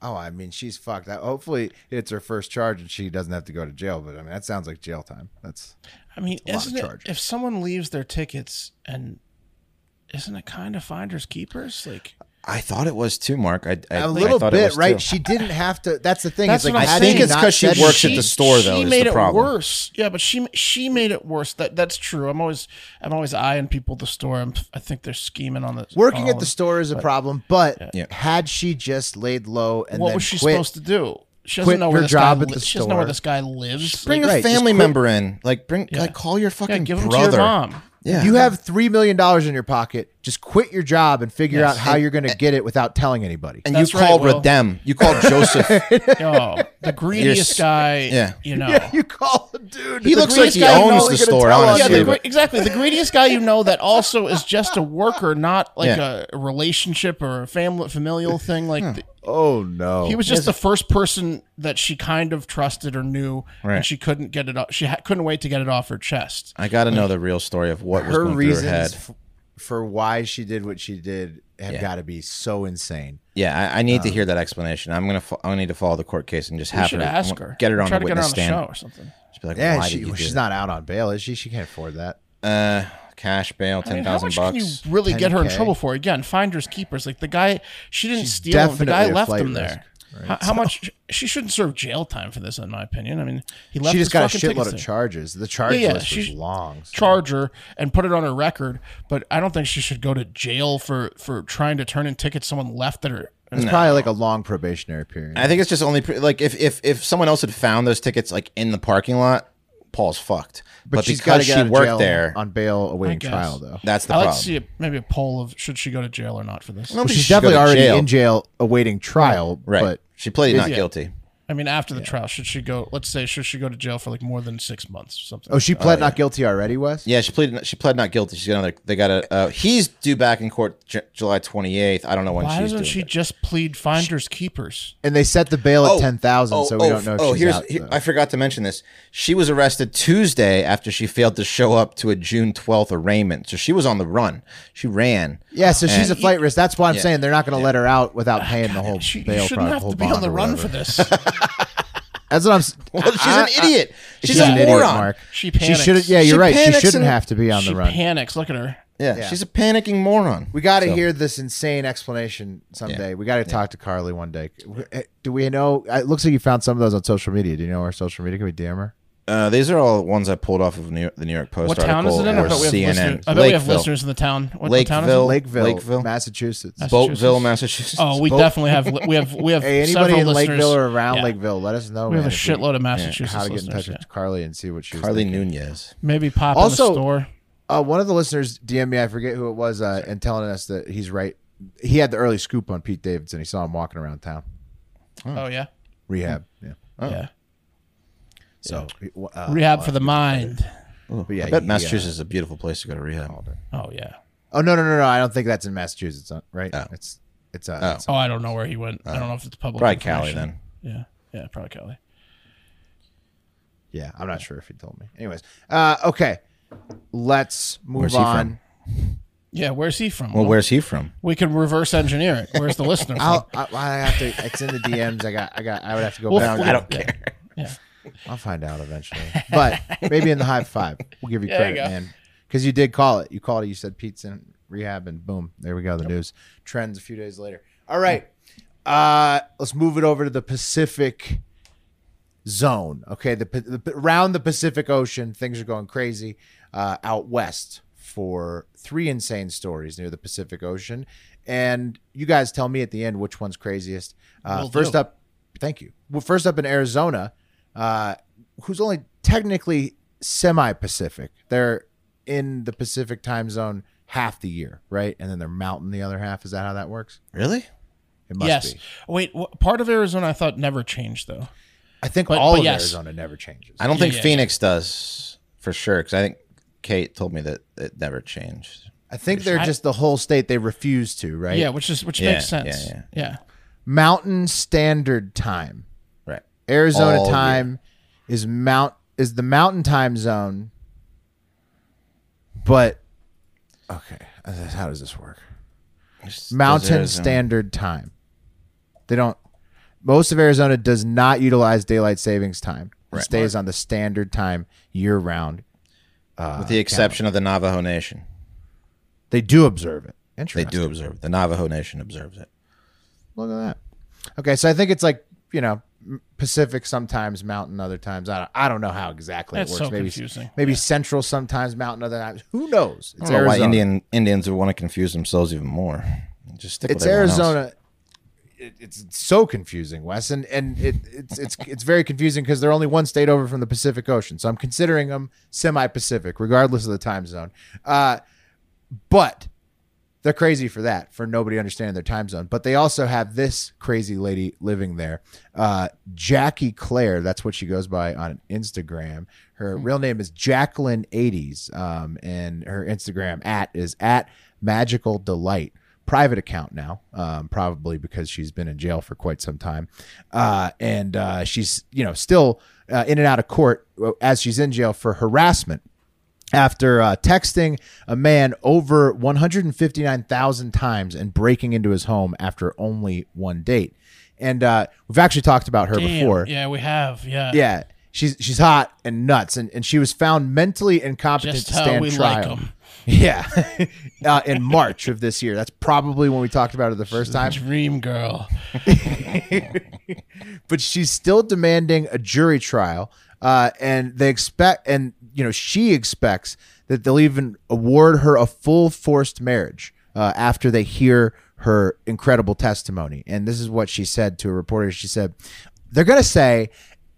Speaker 2: Oh, I mean, she's fucked. I- Hopefully, it's her first charge and she doesn't have to go to jail. But I mean, that sounds like jail time. That's
Speaker 1: I mean,
Speaker 2: lot of
Speaker 1: isn't it,
Speaker 2: charges.
Speaker 1: if someone leaves their tickets and isn't it kind of finders keepers? Like
Speaker 3: I thought it was too, Mark. I, I,
Speaker 2: a
Speaker 3: I
Speaker 2: little
Speaker 3: thought it
Speaker 2: bit,
Speaker 3: was
Speaker 2: right?
Speaker 3: too.
Speaker 2: She didn't have to. That's the thing.
Speaker 1: That's
Speaker 2: it's
Speaker 1: what
Speaker 2: like
Speaker 1: I'm
Speaker 2: had
Speaker 1: saying. I think
Speaker 3: it's
Speaker 2: not
Speaker 3: 'cause she
Speaker 2: said
Speaker 3: works at the store, though,
Speaker 1: She
Speaker 3: is the
Speaker 1: made it
Speaker 3: problem.
Speaker 1: worse. Yeah, but she she made it worse. That that's true. I'm always I'm always eyeing people at the store. I'm, I think they're scheming on the
Speaker 2: Working
Speaker 1: on
Speaker 2: at the
Speaker 1: store.
Speaker 2: store is a problem, but
Speaker 3: Oh. Yeah.
Speaker 2: had she just laid low and
Speaker 1: what
Speaker 2: then
Speaker 1: was she
Speaker 2: quit,
Speaker 1: supposed to do? She
Speaker 2: quit
Speaker 1: doesn't know where
Speaker 2: her
Speaker 1: this
Speaker 2: job
Speaker 1: guy
Speaker 2: at
Speaker 1: li-
Speaker 2: the
Speaker 1: She doesn't know
Speaker 2: store.
Speaker 1: where this guy lives.
Speaker 3: Bring
Speaker 2: Right,
Speaker 3: a
Speaker 2: just
Speaker 3: family
Speaker 2: quit-
Speaker 3: member in. Like bring like call your
Speaker 1: yeah,
Speaker 3: fucking
Speaker 1: give him
Speaker 3: brother.
Speaker 1: to your mom.
Speaker 3: Yeah.
Speaker 2: You have three million dollars in your pocket. Just quit your job and figure
Speaker 1: Yes.
Speaker 2: out how you're going to get it without telling anybody.
Speaker 3: and
Speaker 1: That's
Speaker 3: you called
Speaker 1: right, Will.
Speaker 3: Redem. You called Joseph.
Speaker 1: Oh, the greediest
Speaker 3: s-
Speaker 1: guy.
Speaker 3: yeah.
Speaker 1: you know.
Speaker 2: you call the dude.
Speaker 3: He looks like
Speaker 1: greatest
Speaker 3: he
Speaker 1: guy you know
Speaker 3: owns the
Speaker 1: you're
Speaker 2: gonna
Speaker 3: store,
Speaker 2: tell on
Speaker 1: Yeah,
Speaker 3: honestly.
Speaker 1: the,
Speaker 2: you.
Speaker 1: gre- exactly. The greediest guy you know that also is just a worker, not like
Speaker 3: Yeah.
Speaker 1: a relationship or a family familial thing. Like the-
Speaker 2: Oh no!
Speaker 1: he was just the first person that she kind of trusted or knew, and
Speaker 3: Right.
Speaker 1: she couldn't get it. Off, she ha- couldn't wait to get it off her chest.
Speaker 3: I got to know the real story of what was
Speaker 2: her
Speaker 3: going
Speaker 2: reasons
Speaker 3: through her head.
Speaker 2: f- for why she did what she did have got to be so insane.
Speaker 3: Yeah, I, I need to hear that explanation. I'm gonna, fo- I need to follow the court case and just
Speaker 1: You
Speaker 3: have
Speaker 1: Uh, should
Speaker 3: her
Speaker 1: ask
Speaker 3: w-
Speaker 1: her.
Speaker 3: get her on
Speaker 1: Try
Speaker 3: the
Speaker 1: to get her
Speaker 3: witness
Speaker 1: on the
Speaker 3: stand.
Speaker 1: show or something.
Speaker 3: Just be like,
Speaker 2: Yeah,
Speaker 3: why
Speaker 2: she,
Speaker 3: did you do
Speaker 2: she's
Speaker 3: that?
Speaker 2: not out on bail, is she? She can't afford that.
Speaker 3: uh, cash
Speaker 1: I
Speaker 3: bail,
Speaker 1: mean,
Speaker 3: ten
Speaker 1: how
Speaker 3: thousand
Speaker 1: much
Speaker 3: bucks.
Speaker 1: can you really get her in
Speaker 2: 10K.
Speaker 1: trouble for? Again, finders keepers. Like the guy, she didn't steal. Him. The
Speaker 2: definitely
Speaker 1: guy
Speaker 2: a
Speaker 1: left
Speaker 2: flight
Speaker 1: him there. How, how much? She shouldn't serve jail time for this, in my opinion. I mean, he left.
Speaker 2: She just
Speaker 1: his
Speaker 2: got a
Speaker 1: fucking
Speaker 2: shitload
Speaker 1: tickets
Speaker 2: of
Speaker 1: there.
Speaker 2: charges. The charge
Speaker 1: Yeah, yeah,
Speaker 2: list was
Speaker 1: she's-
Speaker 2: long. so-
Speaker 1: charger and put it on her record. But I don't think she should go to jail for for trying to turn in tickets someone left at her.
Speaker 2: It's probably like a long probationary period.
Speaker 3: I think it's just only pre- like if if if someone else had found those tickets like in the parking lot, Paul's fucked. But,
Speaker 2: she's gotta
Speaker 3: because
Speaker 2: get
Speaker 3: she
Speaker 2: out of
Speaker 3: worked
Speaker 2: jail
Speaker 3: there,
Speaker 2: on bail awaiting
Speaker 1: guess.
Speaker 2: trial, though.
Speaker 3: that's the
Speaker 1: I like to
Speaker 3: problem.
Speaker 1: see a, maybe a poll of should she go to jail or not for this.
Speaker 3: Well,
Speaker 2: She's,
Speaker 3: she should go
Speaker 2: definitely
Speaker 3: to
Speaker 2: already
Speaker 3: jail.
Speaker 2: in jail awaiting trial,
Speaker 3: Right,
Speaker 2: but
Speaker 3: she pleaded not
Speaker 1: Yeah.
Speaker 3: guilty.
Speaker 1: I mean, after the trial, should she go? Let's say should she go to jail for like more than six months or something?
Speaker 2: oh, she pled not guilty already, Wes.
Speaker 3: Yeah, she pleaded. She pled not guilty. She's got another. They got a. Uh, he's due back in court J- July 28th. I don't know when
Speaker 1: Why
Speaker 3: she's
Speaker 1: doesn't
Speaker 3: doing
Speaker 1: she
Speaker 3: it.
Speaker 1: just plead finders keepers?
Speaker 2: and they set the bail at
Speaker 3: Oh,
Speaker 2: ten thousand, so we don't know. If
Speaker 3: oh,
Speaker 2: she's
Speaker 3: here's
Speaker 2: out,
Speaker 3: here-
Speaker 2: though.
Speaker 3: I forgot to mention this. She was arrested Tuesday after she failed to show up to a June 12th arraignment. So she was on the run. She ran.
Speaker 2: yeah, so she's a
Speaker 3: And-
Speaker 2: flight risk. That's why I'm saying they're not going to let her out without paying the whole
Speaker 1: Oh, She, you
Speaker 2: bail.
Speaker 1: shouldn't
Speaker 2: pro-
Speaker 1: have
Speaker 2: whole
Speaker 1: to be on
Speaker 2: bond
Speaker 1: the
Speaker 2: or
Speaker 1: run
Speaker 2: whatever.
Speaker 1: for this.
Speaker 2: That's what I'm. s-
Speaker 3: Well, she's
Speaker 2: I-
Speaker 3: an idiot. She's,
Speaker 2: She's
Speaker 3: a
Speaker 2: an
Speaker 3: moron.
Speaker 2: idiot, Mark. She
Speaker 1: She panics.
Speaker 2: shouldn't. Yeah, you're
Speaker 3: She
Speaker 2: right. She
Speaker 3: panics
Speaker 2: shouldn't
Speaker 3: and-
Speaker 2: have to be on
Speaker 1: she
Speaker 2: the run.
Speaker 1: panics. Look at her.
Speaker 3: Yeah,
Speaker 2: Yeah.
Speaker 3: she's a panicking moron.
Speaker 2: we got to hear this insane explanation someday. We got to talk to Carly one day. Eh, Do we know? It looks like you found some of those on social media. Do you know our social media? Can we DM her?
Speaker 3: Uh, these are all ones I pulled off of New York, the New York Post
Speaker 1: What town
Speaker 3: article
Speaker 1: is it in? I
Speaker 3: or
Speaker 1: bet we have
Speaker 3: CNN.
Speaker 1: listeners. I bet we have
Speaker 3: Lakeville.
Speaker 1: listeners in the town. What, what town is it?
Speaker 3: Lakeville,
Speaker 2: Lakeville,
Speaker 3: Lakeville,
Speaker 2: Massachusetts.
Speaker 3: Boatville, Massachusetts.
Speaker 1: Oh, we
Speaker 2: Both-
Speaker 1: definitely have. li- We have. We have.
Speaker 2: Hey, anybody
Speaker 1: several
Speaker 2: in
Speaker 1: listeners.
Speaker 2: Lakeville or around
Speaker 1: Yeah.
Speaker 2: Lakeville, let us know.
Speaker 1: We have a
Speaker 2: man, if
Speaker 1: shitload of Massachusetts
Speaker 2: How to get in
Speaker 1: listeners.
Speaker 2: touch
Speaker 1: yeah.
Speaker 2: with Carly and see what she was
Speaker 3: Carly
Speaker 2: thinking.
Speaker 3: Nunez.
Speaker 1: Maybe pop in
Speaker 2: Also-
Speaker 1: the store.
Speaker 2: Uh, one of the listeners DM me. I forget who it was, uh, and telling us that he's right. He had the early scoop on Pete Davidson. He saw him walking around town,
Speaker 1: Oh yeah,
Speaker 2: rehab. Yeah.
Speaker 1: yeah.
Speaker 2: So uh,
Speaker 1: Rehab for the mind.
Speaker 2: But yeah,
Speaker 3: I bet
Speaker 2: he, uh,
Speaker 3: Massachusetts is a beautiful place to go to rehab.
Speaker 1: Oh yeah.
Speaker 2: oh no, no, no, no! I don't think that's in Massachusetts, uh, right?
Speaker 3: Oh.
Speaker 2: It's it's uh,
Speaker 3: Oh.
Speaker 2: it's-
Speaker 1: Oh, I don't know where he went. I don't know if it's public.
Speaker 3: Probably Cali
Speaker 1: information.
Speaker 3: then.
Speaker 1: Yeah. Yeah, probably Cali.
Speaker 2: yeah. I'm not sure if he told me. Anyways, uh, okay, let's move
Speaker 3: Where's he
Speaker 2: on.
Speaker 1: Yeah, where's he from?
Speaker 3: Well, where's he from?
Speaker 1: we can reverse engineer it. Where's the listener? From?
Speaker 2: I'll, I, I have to. It's in the DMs. I got. I got. I would have to go
Speaker 1: Well,
Speaker 2: back.
Speaker 1: I don't
Speaker 3: care.
Speaker 2: I'll find out eventually. But maybe in the high five, we'll give you
Speaker 1: There
Speaker 2: credit,
Speaker 1: you go.
Speaker 2: man, because you did call it. You called it. You said pizza and rehab, and boom, there we go. The news trends a few days later. All right, uh, let's move it over to the Pacific zone. Okay, the, pa- the around the Pacific Ocean, things are going crazy uh, out west for three insane stories near the Pacific Ocean, and you guys tell me at the end which one's craziest. Uh,
Speaker 1: Will
Speaker 2: first
Speaker 1: do.
Speaker 2: up, thank you. Well, first up in Arizona, uh, who's only technically semi-Pacific. They're in the Pacific time zone half the year, right? And then they're mountain the other half. Is that how that works?
Speaker 3: Really?
Speaker 2: It must
Speaker 1: yes.
Speaker 2: be.
Speaker 1: Wait, wh- part of Arizona I thought never changed though.
Speaker 2: I think
Speaker 1: But-
Speaker 2: all
Speaker 1: but
Speaker 2: of
Speaker 1: yes.
Speaker 2: Arizona never changes.
Speaker 3: I don't
Speaker 1: Yeah,
Speaker 3: think
Speaker 1: yeah,
Speaker 3: Phoenix does for sure because I think Kate told me that it never changed.
Speaker 2: I think they're
Speaker 1: I-
Speaker 2: just the whole state they refuse to, right?
Speaker 1: Yeah, which is which
Speaker 3: Yeah,
Speaker 1: makes sense.
Speaker 3: yeah,
Speaker 1: yeah.
Speaker 2: Mountain Standard Time.
Speaker 3: Right.
Speaker 2: Arizona
Speaker 3: All year.
Speaker 2: time is mount is the mountain time zone. But okay, uh, how does this work?
Speaker 3: Just- does
Speaker 2: Mountain
Speaker 3: Arizona-
Speaker 2: Standard Time. They don't. Most of Arizona does not utilize daylight savings time. It
Speaker 3: Right.
Speaker 2: stays on the standard time year round.
Speaker 3: with the exception of the Navajo Nation.
Speaker 2: They do observe it.
Speaker 3: They
Speaker 2: Interesting.
Speaker 3: do observe it. The Navajo Nation observes it.
Speaker 2: Look at that. Okay, so I think it's like you know m- Pacific sometimes, mountain other times. I don't, I don't know how exactly
Speaker 1: That's
Speaker 2: it works.
Speaker 1: so
Speaker 2: maybe
Speaker 1: confusing.
Speaker 2: maybe central sometimes, mountain other times. Who knows?
Speaker 3: I
Speaker 2: It's
Speaker 3: don't know why
Speaker 2: Arizona.
Speaker 3: Indian Indians would want to confuse themselves even more. Just stick
Speaker 2: it's
Speaker 3: with everyone else.
Speaker 2: Arizona. It, it's so confusing, Wes, and and it, it's it's it's very confusing because they're only one state over from the Pacific Ocean. So I'm considering them semi-Pacific, regardless of the time zone. Uh, but they're crazy for that, for nobody understanding their time zone. But they also have this crazy lady living there, uh, Jackie Claire. That's what she goes by on Instagram. Her real name is Jacqueline Eighties, um, and her Instagram at is at Magical Delight. Private account now, um, probably because she's been in jail for quite some time, uh, and uh, she's you know still uh, in and out of court uh, as she's in jail for harassment after uh, texting a man over 159,000 times and breaking into his home after only one date. And uh, we've actually talked about her
Speaker 1: Damn.
Speaker 2: before. Yeah.
Speaker 1: Yeah, we have. Yeah.
Speaker 2: She's she's hot and nuts and, and she was found mentally incompetent
Speaker 1: Just
Speaker 2: to
Speaker 1: how
Speaker 2: stand
Speaker 1: we like
Speaker 2: trial.
Speaker 1: 'em.
Speaker 2: yeah. uh, in March of this year. That's probably when we talked about her the first time.
Speaker 1: Dream girl.
Speaker 2: but she's still demanding a jury trial. Uh, and they expect, and you know, she expects that they'll even award her a full forced marriage uh, after they hear her incredible testimony. And this is what she said to a reporter. She said, "They're gonna say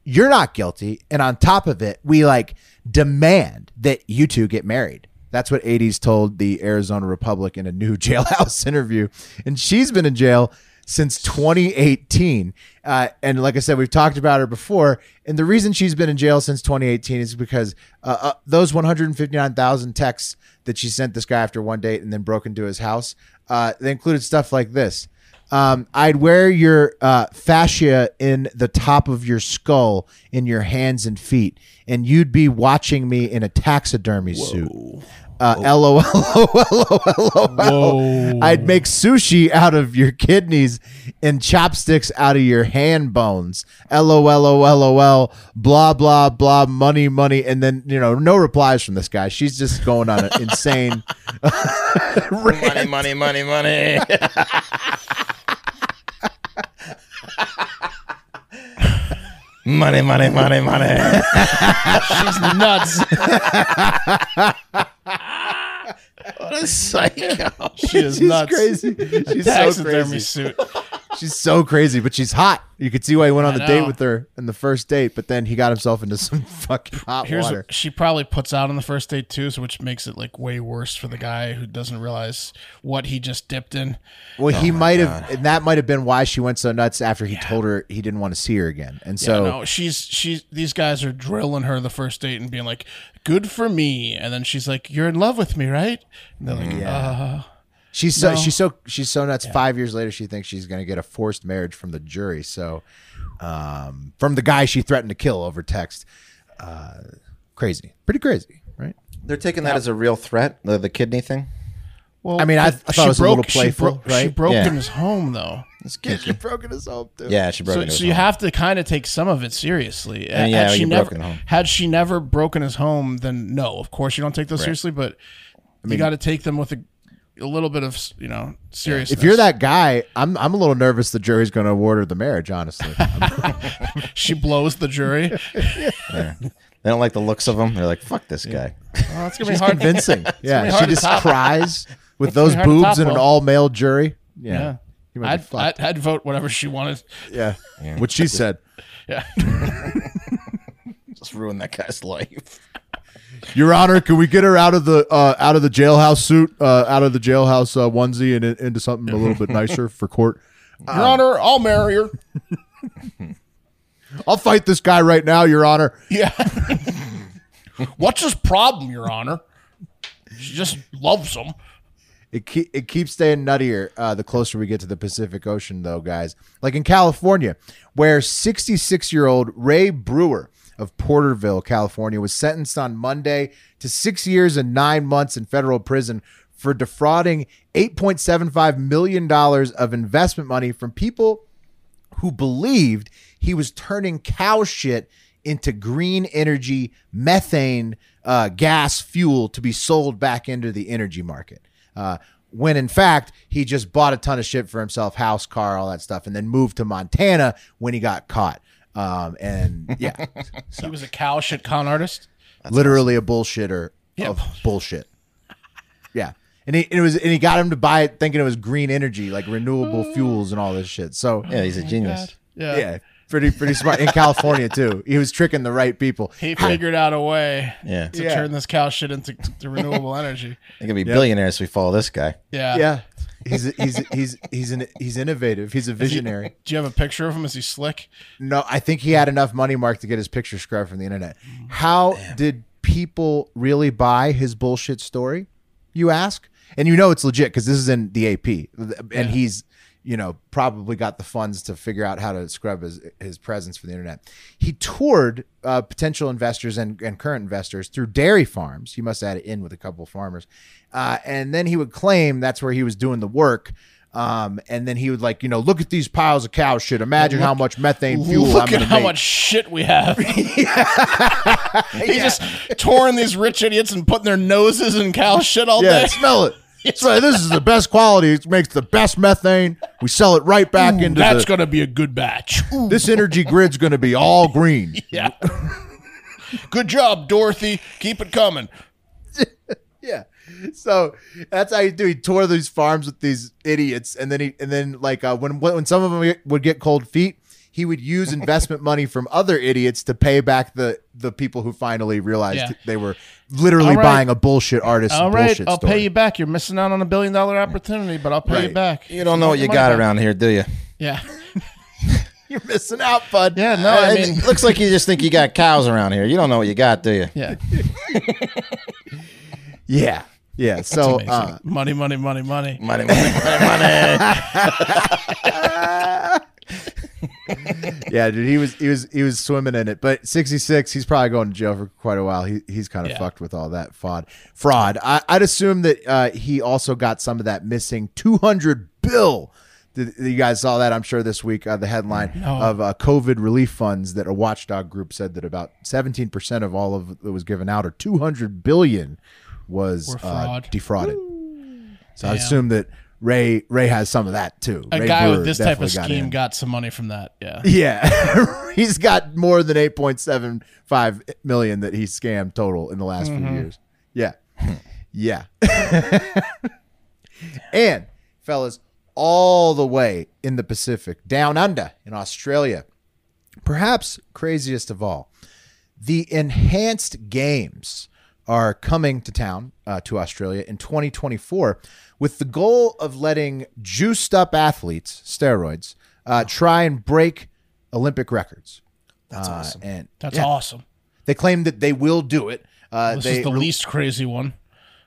Speaker 2: you're not guilty, and on top of it, we like demand that you two get married." That's what 80s told the Arizona Republic in a new jailhouse interview. And she's been in jail since 2018. Uh, and like I said, we've talked about her before. And the reason she's been in jail since 2018 is because uh, uh, those 159,000 texts that she sent this guy after one date and then broke into his house, uh, they included stuff like this. Um, I'd wear your uh, fascia in the top of your skull in your hands and feet, and you'd be watching me in a taxidermy suit. Uh,
Speaker 1: Oh.
Speaker 2: LOL, LOL, LOL. I'd make sushi out of your kidneys and chopsticks out of your hand bones. LOL, LOL, LOL, blah, blah, blah, money, money. And then, you know, no replies from this guy. She's just going on an insane rant.
Speaker 3: Money, money, money, money. money, money, money, money.
Speaker 1: She's nuts.
Speaker 3: What a psycho.
Speaker 1: She is
Speaker 2: She's
Speaker 1: nuts.
Speaker 2: crazy. She's so
Speaker 1: Taxidermy
Speaker 2: crazy.
Speaker 1: suit.
Speaker 2: She's so crazy, but she's hot. You could see why he went on the
Speaker 1: know.
Speaker 2: date with her in the first date, but then he got himself into some fucking hot
Speaker 1: Here's
Speaker 2: water.
Speaker 1: what she probably puts out on the first date too, so which makes it like way worse for the guy who doesn't realize what he just dipped in.
Speaker 2: well, he might have, and that might have been why she went so nuts after he told her he didn't want to see her again. And so,
Speaker 1: no, she's she's these guys are drilling her the first date and being like, "Good for me," and then she's like, "You're in love with me, right?" And they're
Speaker 2: Mm,
Speaker 1: like, "Uh,
Speaker 2: She's so she's so she's so nuts. Five years later, she thinks she's going to get a forced marriage from the jury. So, um, from the guy she threatened to kill over text, uh, crazy, pretty crazy, right?
Speaker 3: They're taking that as a real threat, the, the kidney thing.
Speaker 1: Well,
Speaker 2: I mean, I
Speaker 1: but
Speaker 2: thought it was a little
Speaker 1: She,
Speaker 2: playful,
Speaker 1: bro- she
Speaker 2: right?
Speaker 1: broke
Speaker 3: Yeah.
Speaker 1: in his home though,
Speaker 2: This kid she broke in his home too.
Speaker 3: Yeah, she broke
Speaker 1: so,
Speaker 3: into
Speaker 1: so
Speaker 3: his
Speaker 1: you
Speaker 3: home.
Speaker 1: have to kind of take some of it seriously.
Speaker 3: And yeah,
Speaker 1: had she
Speaker 3: you broke
Speaker 1: never
Speaker 3: in the home.
Speaker 1: had she never broken his home, then no, of course you don't take those seriously. But you got to take them with a, a little bit of you know seriousness.
Speaker 2: If you're that guy, I'm I'm a little nervous the jury's going to award her the marriage. Honestly,
Speaker 1: she blows the jury. oh,
Speaker 3: They don't like the looks of him. They're like, fuck this guy.
Speaker 1: that's gonna be hard.
Speaker 2: convincing.
Speaker 1: be
Speaker 2: yeah, she
Speaker 1: hard to
Speaker 2: just
Speaker 1: top.
Speaker 2: cries with those
Speaker 1: hard to
Speaker 2: boobs
Speaker 1: top,
Speaker 2: in an
Speaker 1: Will.
Speaker 2: all male jury.
Speaker 1: Yeah.
Speaker 2: Yeah, You might be
Speaker 1: I'd,
Speaker 2: fucked.
Speaker 1: I'd, I'd vote whatever she wanted.
Speaker 2: yeah. what she said.
Speaker 1: Yeah.
Speaker 3: Just ruined that guy's life.
Speaker 2: Your Honor, can we get her out of the uh, out of the jailhouse suit, uh, out of the jailhouse uh, onesie, and in- into something a little bit nicer for court? Um,
Speaker 1: Your Honor, I'll marry her.
Speaker 2: I'll fight this guy right now, Your Honor.
Speaker 1: Yeah. What's his problem, Your Honor? She just loves him.
Speaker 2: It keep, it keeps staying nuttier uh, the closer we get to the Pacific Ocean, though, guys. Like in California, where 66 year old Ray Brewer of Porterville, California, was sentenced on Monday to six years and nine months in federal prison for defrauding $8.75 million of investment money from people who believed he was turning cow shit into green energy methane uh, gas fuel to be sold back into the energy market. Uh, when in fact, he just bought a ton of shit for himself house, car, all that stuff, and then moved to Montana when he got caught. Um, and yeah,
Speaker 1: He was a cow shit con artist.
Speaker 2: literally a bullshitter
Speaker 1: Yeah,
Speaker 2: of bullshit. Yeah. And he, it was, and he got him to buy it thinking it was green energy, like renewable fuels and all this shit. So
Speaker 3: Yeah, he's a genius.
Speaker 1: Yeah.
Speaker 2: yeah, pretty pretty smart in California too. He was tricking the right people.
Speaker 1: He figured out a way
Speaker 3: Yeah.
Speaker 1: to
Speaker 2: Yeah.
Speaker 1: turn this cow shit into to renewable energy.
Speaker 3: They're going to be billionaires if we follow this guy.
Speaker 1: Yeah.
Speaker 2: Yeah, he's he's he's he's an, he's innovative. He's a visionary.
Speaker 1: Do you have a picture of him? Is he slick?
Speaker 2: No, I think he had enough money, Mark, to get his picture scrubbed from the internet. How did people really buy his bullshit story? You ask, and you know it's legit because this is in the AP, and he's you know probably got the funds to figure out how to scrub his his presence for the internet. He toured uh, potential investors and, and current investors through dairy farms. He must have had it in with a couple of farmers, uh, and then he would claim that's where he was doing the work. Um, and then he would like, you know, look at these piles of cow shit. Imagine how much methane fuel I'm
Speaker 1: Look at
Speaker 2: gonna
Speaker 1: how
Speaker 2: make.
Speaker 1: much shit we have. He's just touring these rich idiots and putting their noses in cow shit all
Speaker 2: yeah,
Speaker 1: day.
Speaker 2: smell it. It's like, this is the best quality. It makes the best methane. We sell it right back into
Speaker 1: That's
Speaker 2: the.
Speaker 1: gonna be a good batch. Ooh,
Speaker 2: this energy grid's going to be all green.
Speaker 1: yeah. good job, Dorothy. Keep it coming.
Speaker 2: Yeah. So that's how you do. He tore these farms with these idiots, and then he and then like uh, when when some of them would get cold feet, he would use investment money from other idiots to pay back the the people who finally realized
Speaker 1: Yeah.
Speaker 2: they were literally
Speaker 1: All right.
Speaker 2: buying a bullshit artist.
Speaker 1: All right,
Speaker 2: bullshit
Speaker 1: I'll
Speaker 2: story.
Speaker 1: pay you back. You're missing out on a billion dollar opportunity, but I'll pay you
Speaker 2: Right.
Speaker 1: back.
Speaker 3: You don't know what you
Speaker 1: Come on
Speaker 3: got
Speaker 1: back.
Speaker 3: around here, do you?
Speaker 1: Yeah.
Speaker 2: You're missing out, bud.
Speaker 1: Yeah, no, I mean,
Speaker 3: it looks like you just think you got cows around here. You don't know what you got, do you?
Speaker 1: yeah.
Speaker 2: yeah, yeah. So
Speaker 1: Amazing.
Speaker 2: uh,
Speaker 1: money, money, money, money.
Speaker 3: Money, money, money, money.
Speaker 2: yeah, dude, he was he was he was swimming in it. But 66, he's probably going to jail for quite a while. He he's kind of
Speaker 1: Yeah.
Speaker 2: fucked with all that fraud. Fraud. I, I'd assume that uh, he also got some of that missing 200 bill. Th- You guys saw that, I'm sure, this week. Uh, the headline of uh, COVID relief funds that a watchdog group said that about 17% of all of that was given out, or 200 billion, was uh,
Speaker 1: fraud.
Speaker 2: defrauded. So I assume that Ray Ray has some of that too.
Speaker 1: A
Speaker 2: Ray
Speaker 1: guy
Speaker 2: Brewer
Speaker 1: with this type of
Speaker 2: definitely got
Speaker 1: scheme
Speaker 2: in.
Speaker 1: got some money from that. Yeah.
Speaker 2: Yeah, he's got more than eight point seven five million that he scammed total in the last few years. Yeah, yeah. and fellas, all the way in the Pacific, down under in Australia, perhaps craziest of all, the enhanced games are coming to town uh, to Australia in 2024 with the goal of letting juiced up athletes, steroids, uh, try and break Olympic records. That's awesome. And
Speaker 1: That's awesome.
Speaker 2: they claim that they will do it. Uh,
Speaker 1: This
Speaker 2: they
Speaker 1: is the
Speaker 2: re-
Speaker 1: least crazy one.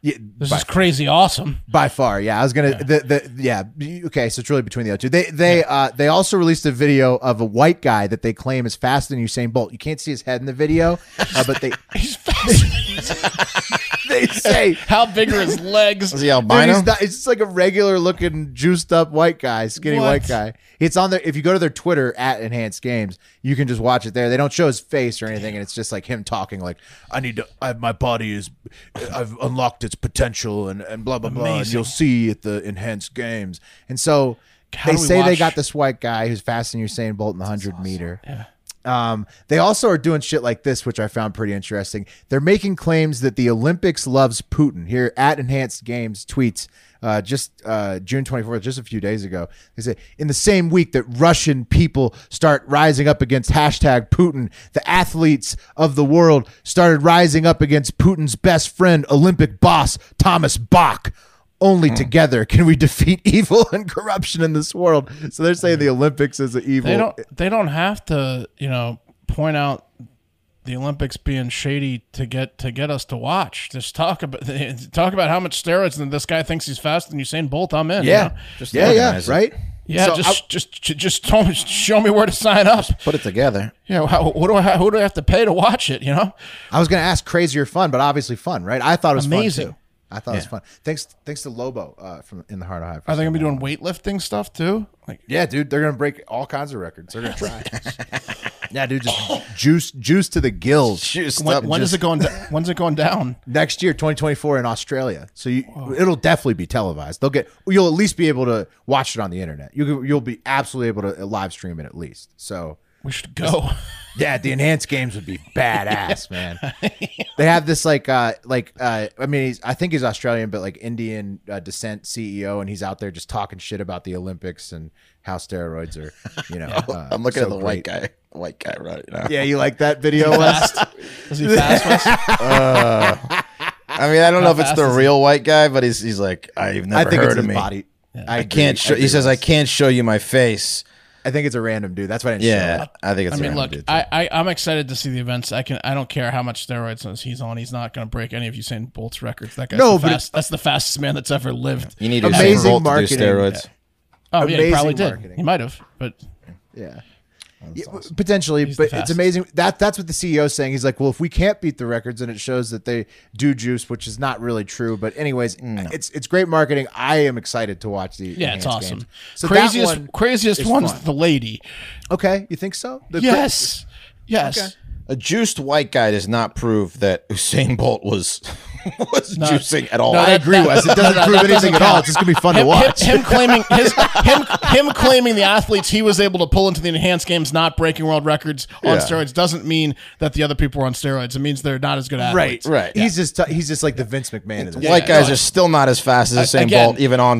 Speaker 2: Yeah,
Speaker 1: This
Speaker 2: by,
Speaker 1: is crazy awesome.
Speaker 2: by far, yeah. I was gonna, The, the, yeah. Okay, so it's really between the other two. They they uh they also released a video of a white guy that they claim is faster than Usain Bolt. You can't see his head in the video, uh, but they
Speaker 1: He's fast.
Speaker 2: they say
Speaker 1: How big are his legs?
Speaker 3: Is he
Speaker 2: Dude,
Speaker 3: albino?
Speaker 2: he's not, it's just like a regular looking, juiced up white guy, skinny
Speaker 1: What?
Speaker 2: white guy. It's on their. If you go to their Twitter at Enhanced Games, you can just watch it there. They don't show his face or anything, and it's just like him talking, like I need to. I, my body is, I've unlocked its potential, and and blah blah blah. And
Speaker 1: Amazing.
Speaker 2: you'll see at the Enhanced Games, and so.
Speaker 1: How
Speaker 2: They
Speaker 1: do we
Speaker 2: say they
Speaker 1: watch-
Speaker 2: got this white guy who's faster than Usain Bolt in the hundred meter. Um, they also are doing shit like this, which I found pretty interesting. They're making claims that the Olympics loves Putin. Here at Enhanced Games tweets uh, just uh, June 24th, just a few days ago. They say in the same week that Russian people start rising up against hashtag Putin, the athletes of the world started rising up against Putin's best friend, Olympic boss Thomas Bach. Only
Speaker 1: Hmm.
Speaker 2: together can we defeat evil and corruption in this world. So they're saying the Olympics is an evil.
Speaker 1: Hmm. They don't. They don't have to, you know, point out the Olympics being shady to get to get us to watch. Just talk about talk about how much steroids and this guy thinks he's faster than Usain Bolt. I'm in. you
Speaker 2: yeah,
Speaker 1: know?
Speaker 3: Just
Speaker 2: yeah, yeah,
Speaker 3: organize it.
Speaker 2: right.
Speaker 1: Yeah.
Speaker 2: So
Speaker 1: just, just just just tell me, show me where to sign up.
Speaker 3: Put it together.
Speaker 1: Yeah. How, what do I? Who do I have to pay to watch it? You know.
Speaker 2: I was going to ask crazy or fun, but obviously fun, right? I thought it was
Speaker 1: Amazing.
Speaker 2: fun too. I thought it was fun. Thanks, thanks to Lobo uh, from in the heart of High.
Speaker 1: Are they gonna be doing weightlifting stuff too? Like
Speaker 2: Yeah, dude, they're gonna break all kinds of records. They're gonna try. yeah, dude, just juice, juice to the gills.
Speaker 3: Juiced up,
Speaker 1: when, when is
Speaker 3: just-
Speaker 1: it going? da- when's it going down?
Speaker 2: Next year, 2024 in Australia, so you, it'll definitely be televised. They'll get, you'll at least be able to watch it on the internet. You you'll be absolutely able to live stream it at least. So
Speaker 1: We should go.
Speaker 2: Yeah, the enhanced games would be badass, man. They have this like, uh, like, uh, I mean, he's, I think he's Australian, but like Indian uh, descent CEO, and he's out there just talking shit about the Olympics and how steroids are, you know. uh,
Speaker 3: Oh, I'm looking
Speaker 2: so
Speaker 3: at the
Speaker 2: great.
Speaker 3: white guy. White guy right now.
Speaker 2: Yeah, you like that video? Wes?
Speaker 1: Is he fast? Wes?
Speaker 3: I mean, I don't know if it's
Speaker 1: fast
Speaker 3: the
Speaker 1: is
Speaker 3: real white guy, but he's he's like, I've
Speaker 2: I
Speaker 3: never
Speaker 2: think
Speaker 3: heard
Speaker 2: it's
Speaker 3: of
Speaker 2: his
Speaker 3: me.
Speaker 2: body. I,
Speaker 3: I can't show. He says, I can't show you my face.
Speaker 2: I think it's a random dude. That's why I didn't show.
Speaker 3: Yeah,
Speaker 2: it.
Speaker 3: I think it's.
Speaker 1: I
Speaker 3: a
Speaker 1: mean,
Speaker 3: random
Speaker 1: look,
Speaker 3: dude, too.
Speaker 1: I, I I'm excited to see the events. I can I don't care how much steroids he's on. He's not going to break any of Usain Bolt's records. That guy's
Speaker 2: No,
Speaker 1: the
Speaker 2: but
Speaker 1: fast, that's the fastest man that's ever lived.
Speaker 3: you need to
Speaker 2: amazing
Speaker 3: amazing marketing.
Speaker 2: marketing.
Speaker 3: do steroids.
Speaker 1: oh yeah, he
Speaker 2: amazing
Speaker 1: probably did.
Speaker 2: marketing.
Speaker 1: He might have, but
Speaker 2: Yeah.
Speaker 1: Oh,
Speaker 2: Yeah, Potentially,
Speaker 1: the
Speaker 2: but it's
Speaker 1: fastest.
Speaker 2: amazing. That that's what the CEO is saying. He's like, well, if we can't beat the records, then it shows that they do juice, which is not really true. But anyways, it's it's great marketing. I am excited to watch the.
Speaker 1: Mm, yeah, it's
Speaker 2: enhanced
Speaker 1: awesome.
Speaker 2: games. So
Speaker 1: craziest
Speaker 2: that one,
Speaker 1: craziest
Speaker 2: is
Speaker 1: one's
Speaker 2: fun.
Speaker 1: the lady.
Speaker 2: okay, you think so? The cra-
Speaker 1: yes, yes.
Speaker 3: A juiced white guy does not prove that Usain Bolt was was juicing at all.
Speaker 1: No,
Speaker 2: Oh, I agree, Wes. It doesn't prove anything at all. It's just gonna be fun to
Speaker 1: Him,
Speaker 2: watch.
Speaker 1: him, him claiming his him him claiming the athletes he was able to pull into the enhanced games not breaking world records on
Speaker 3: Yeah.
Speaker 1: steroids doesn't mean that the other people were on steroids. It means they're not as good athletes.
Speaker 3: right.
Speaker 2: He's just uh, he's just like the Vince McMahon of this.
Speaker 3: white
Speaker 1: yeah,
Speaker 3: guys
Speaker 1: no,
Speaker 3: are still not as fast as Usain
Speaker 1: again-
Speaker 3: Bolt, even on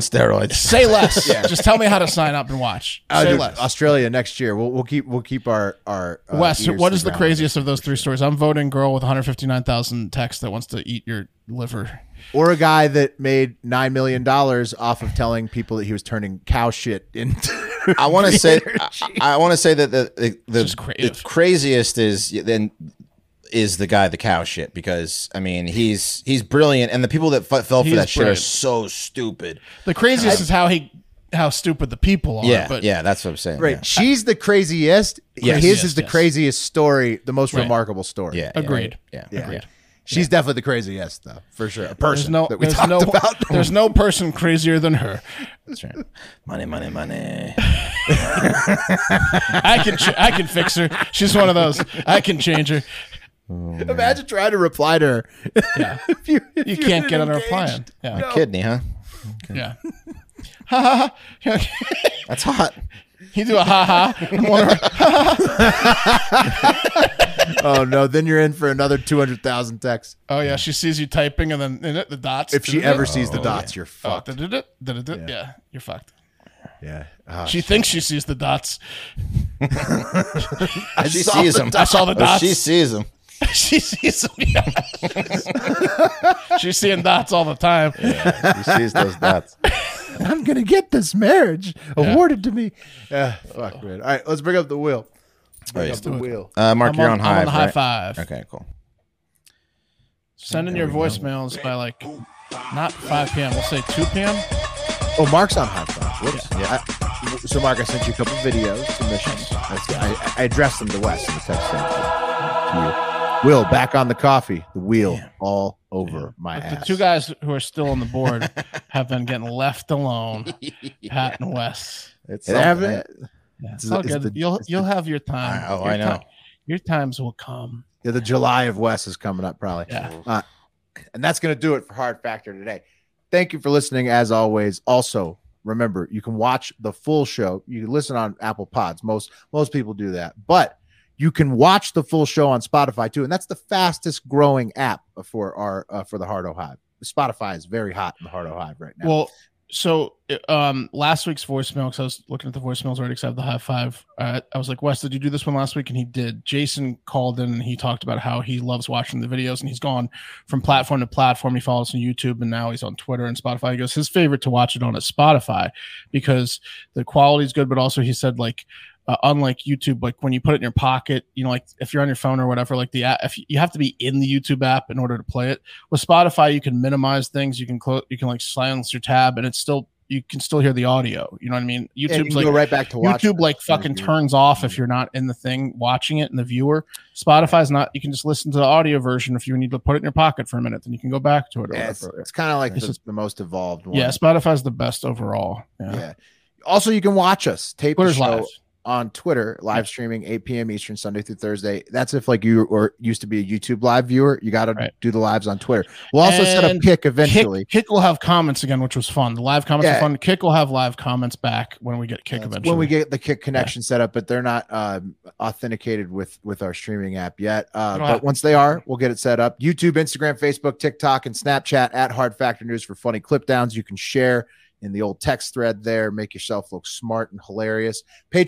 Speaker 3: steroids.
Speaker 1: Say less. Just tell me how to sign up and watch.
Speaker 2: I'll
Speaker 1: Say
Speaker 2: do
Speaker 1: less.
Speaker 2: Australia next year. We'll, we'll keep we'll keep our our uh,
Speaker 1: Wes,
Speaker 2: ears
Speaker 1: what
Speaker 2: to
Speaker 1: is the
Speaker 2: ground.
Speaker 1: craziest of those three stories? I'm voting girl with 159,000 texts that wants to eat your liver.
Speaker 2: or a guy that made nine million dollars off of telling people that he was turning cow shit into.
Speaker 3: I want to say, I, I want to say that the the,
Speaker 1: just
Speaker 3: the,
Speaker 1: creative.
Speaker 3: the craziest is then is the guy the cow shit because I mean he's he's brilliant and the people that f- fell for
Speaker 1: He's
Speaker 3: that shit are
Speaker 1: brilliant.
Speaker 3: so stupid.
Speaker 1: The craziest is how he how stupid the people are.
Speaker 3: Yeah,
Speaker 1: but
Speaker 3: yeah, that's what I'm saying.
Speaker 2: Right. She's the craziest.
Speaker 3: Yes.
Speaker 2: His
Speaker 1: Yes,
Speaker 2: is the
Speaker 1: yes.
Speaker 2: craziest story, the most
Speaker 1: Right.
Speaker 2: remarkable story.
Speaker 3: Yeah. yeah
Speaker 1: Agreed.
Speaker 3: Yeah.
Speaker 2: Yeah.
Speaker 3: Agreed.
Speaker 2: She's definitely the craziest, though, for sure. A
Speaker 1: There's
Speaker 2: person
Speaker 1: no
Speaker 2: that we
Speaker 1: there's
Speaker 2: talked
Speaker 1: no
Speaker 2: about.
Speaker 1: there's no person crazier than her.
Speaker 3: That's right. Money, money, money.
Speaker 1: I can ch- I can fix her. She's one of those. I can change her.
Speaker 2: Imagine trying to reply to her. If you, if
Speaker 1: You can't get on her
Speaker 2: engaged.
Speaker 1: plan. Yeah.
Speaker 3: Kidney, huh?
Speaker 1: Yeah. Ha ha ha.
Speaker 3: That's hot.
Speaker 1: You do a ha ha. I'm wondering-
Speaker 2: Oh no, then you're in for another two hundred thousand texts.
Speaker 1: Oh yeah, she sees you typing and then and it- the dots.
Speaker 2: If she ever sees the dots, you're
Speaker 1: Oh,
Speaker 2: fucked.
Speaker 1: da-da-da, da-da-da. yeah, you're fucked.
Speaker 2: Yeah. Ah,
Speaker 1: She thinks she sees the dots.
Speaker 3: she
Speaker 2: saw
Speaker 3: sees
Speaker 2: the
Speaker 3: him.
Speaker 1: I saw the
Speaker 3: Oh,
Speaker 1: dots.
Speaker 3: she sees him.
Speaker 1: she sees them. Yeah. She's seeing dots all the time.
Speaker 3: She sees those dots.
Speaker 2: I'm gonna get this marriage awarded to me. Yeah, fuck man. All right, let's bring up the wheel.
Speaker 3: Oh, yeah.
Speaker 2: Up the wheel.
Speaker 3: Uh, Mark,
Speaker 1: I'm
Speaker 3: you're on,
Speaker 1: I'm
Speaker 3: Hive.
Speaker 1: the high
Speaker 3: right?
Speaker 1: five.
Speaker 3: Okay, cool.
Speaker 1: Send in your voicemails by like not 5 p.m. We'll say 2 p.m.
Speaker 2: Oh, Mark's on high five. Whoops. Yeah. I, so, Mark, I sent you a couple videos, submissions. I, I, I addressed them to Wes in the text thing. To you. Will, back on the coffee. The wheel all over my
Speaker 1: The
Speaker 2: ass.
Speaker 1: two guys who are still on the board have been getting left alone. Pat and Wes.
Speaker 3: It's
Speaker 2: It
Speaker 3: something,
Speaker 2: happened.
Speaker 3: right?
Speaker 1: It's
Speaker 2: It's
Speaker 1: all
Speaker 2: the-
Speaker 1: good.
Speaker 2: it's the-
Speaker 1: you'll
Speaker 2: it's the-
Speaker 1: you'll have your time.
Speaker 3: Oh,
Speaker 1: your
Speaker 3: I know.
Speaker 1: ti- your times will come.
Speaker 2: Yeah, the July of Wes is coming up probably.
Speaker 1: Yeah.
Speaker 2: Uh, and that's going to do it for Hard Factor today. Thank you for listening, as always. Also, remember you can watch the full show. You can listen on Apple Pods. Most most people do that, but you can watch the full show on Spotify too, and that's the fastest growing app for our uh, for the Hard O Hive. Spotify is very hot in the Hard O Hive right now.
Speaker 1: Well, so uh, um, last week's voicemail, because I was looking at the voicemails already, because I have the high five. Uh, I was like, Wes, did you do this one last week? And he did. Jason called in and he talked about how he loves watching the videos and he's gone from platform to platform. He follows on YouTube and now he's on Twitter and Spotify. He goes, his favorite to watch it on is Spotify because the quality is good, but also he said, like, uh, unlike YouTube, like when you put it in your pocket, you know, like if you're on your phone or whatever, like the app, if you- you have to be in the YouTube app in order to play it with Spotify, you can minimize things. You can close. You can like silence your tab, and it's still you can still hear the audio. You know what I mean?
Speaker 2: And you
Speaker 1: YouTube's
Speaker 2: can
Speaker 1: like
Speaker 2: go right back to watch
Speaker 1: YouTube
Speaker 2: it. Mm-hmm.
Speaker 1: like fucking turns off if you're not in the thing watching it and the viewer. Spotify's not. You can just listen to the audio version if you need to put it in your pocket for a minute. Then you can go back to it or
Speaker 2: Yeah, it's,
Speaker 1: whatever.
Speaker 2: it's kind of like
Speaker 1: It's
Speaker 2: the, the most evolved one.
Speaker 1: Yeah, Spotify's the best overall. Yeah,
Speaker 2: Yeah. Also, you can watch us tape the
Speaker 1: Twitter's
Speaker 2: show
Speaker 1: live.
Speaker 2: on Twitter, live streaming 8 p.m. Eastern, Sunday through Thursday. That's if like you or used to be a YouTube live viewer. You got to
Speaker 1: Right.
Speaker 2: do the lives on Twitter. We'll also set
Speaker 1: And
Speaker 2: up Kick eventually.
Speaker 1: Kick, Kick will have comments again, which was fun. The live comments
Speaker 2: Yeah.
Speaker 1: are fun. Kick will have live comments back when we get Kick
Speaker 2: That's
Speaker 1: eventually.
Speaker 2: when we get the Kick connection set up, but they're not um, authenticated with with our streaming app yet. Uh,
Speaker 1: It'll
Speaker 2: but
Speaker 1: happen.
Speaker 2: once they are, we'll get it set up. YouTube, Instagram, Facebook, TikTok, and Snapchat at Hard Factor News for funny clip downs. You can share in the old text thread there. Make yourself look smart and hilarious.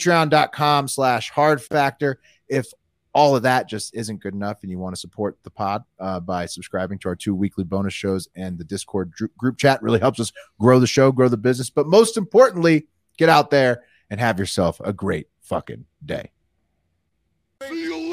Speaker 2: patreon.com slash hard factor if all of that just isn't good enough and you want to support the pod uh, by subscribing to our two weekly bonus shows and the discord dru- group chat really helps us grow the show grow the business but most importantly get out there and have yourself a great fucking day
Speaker 4: See you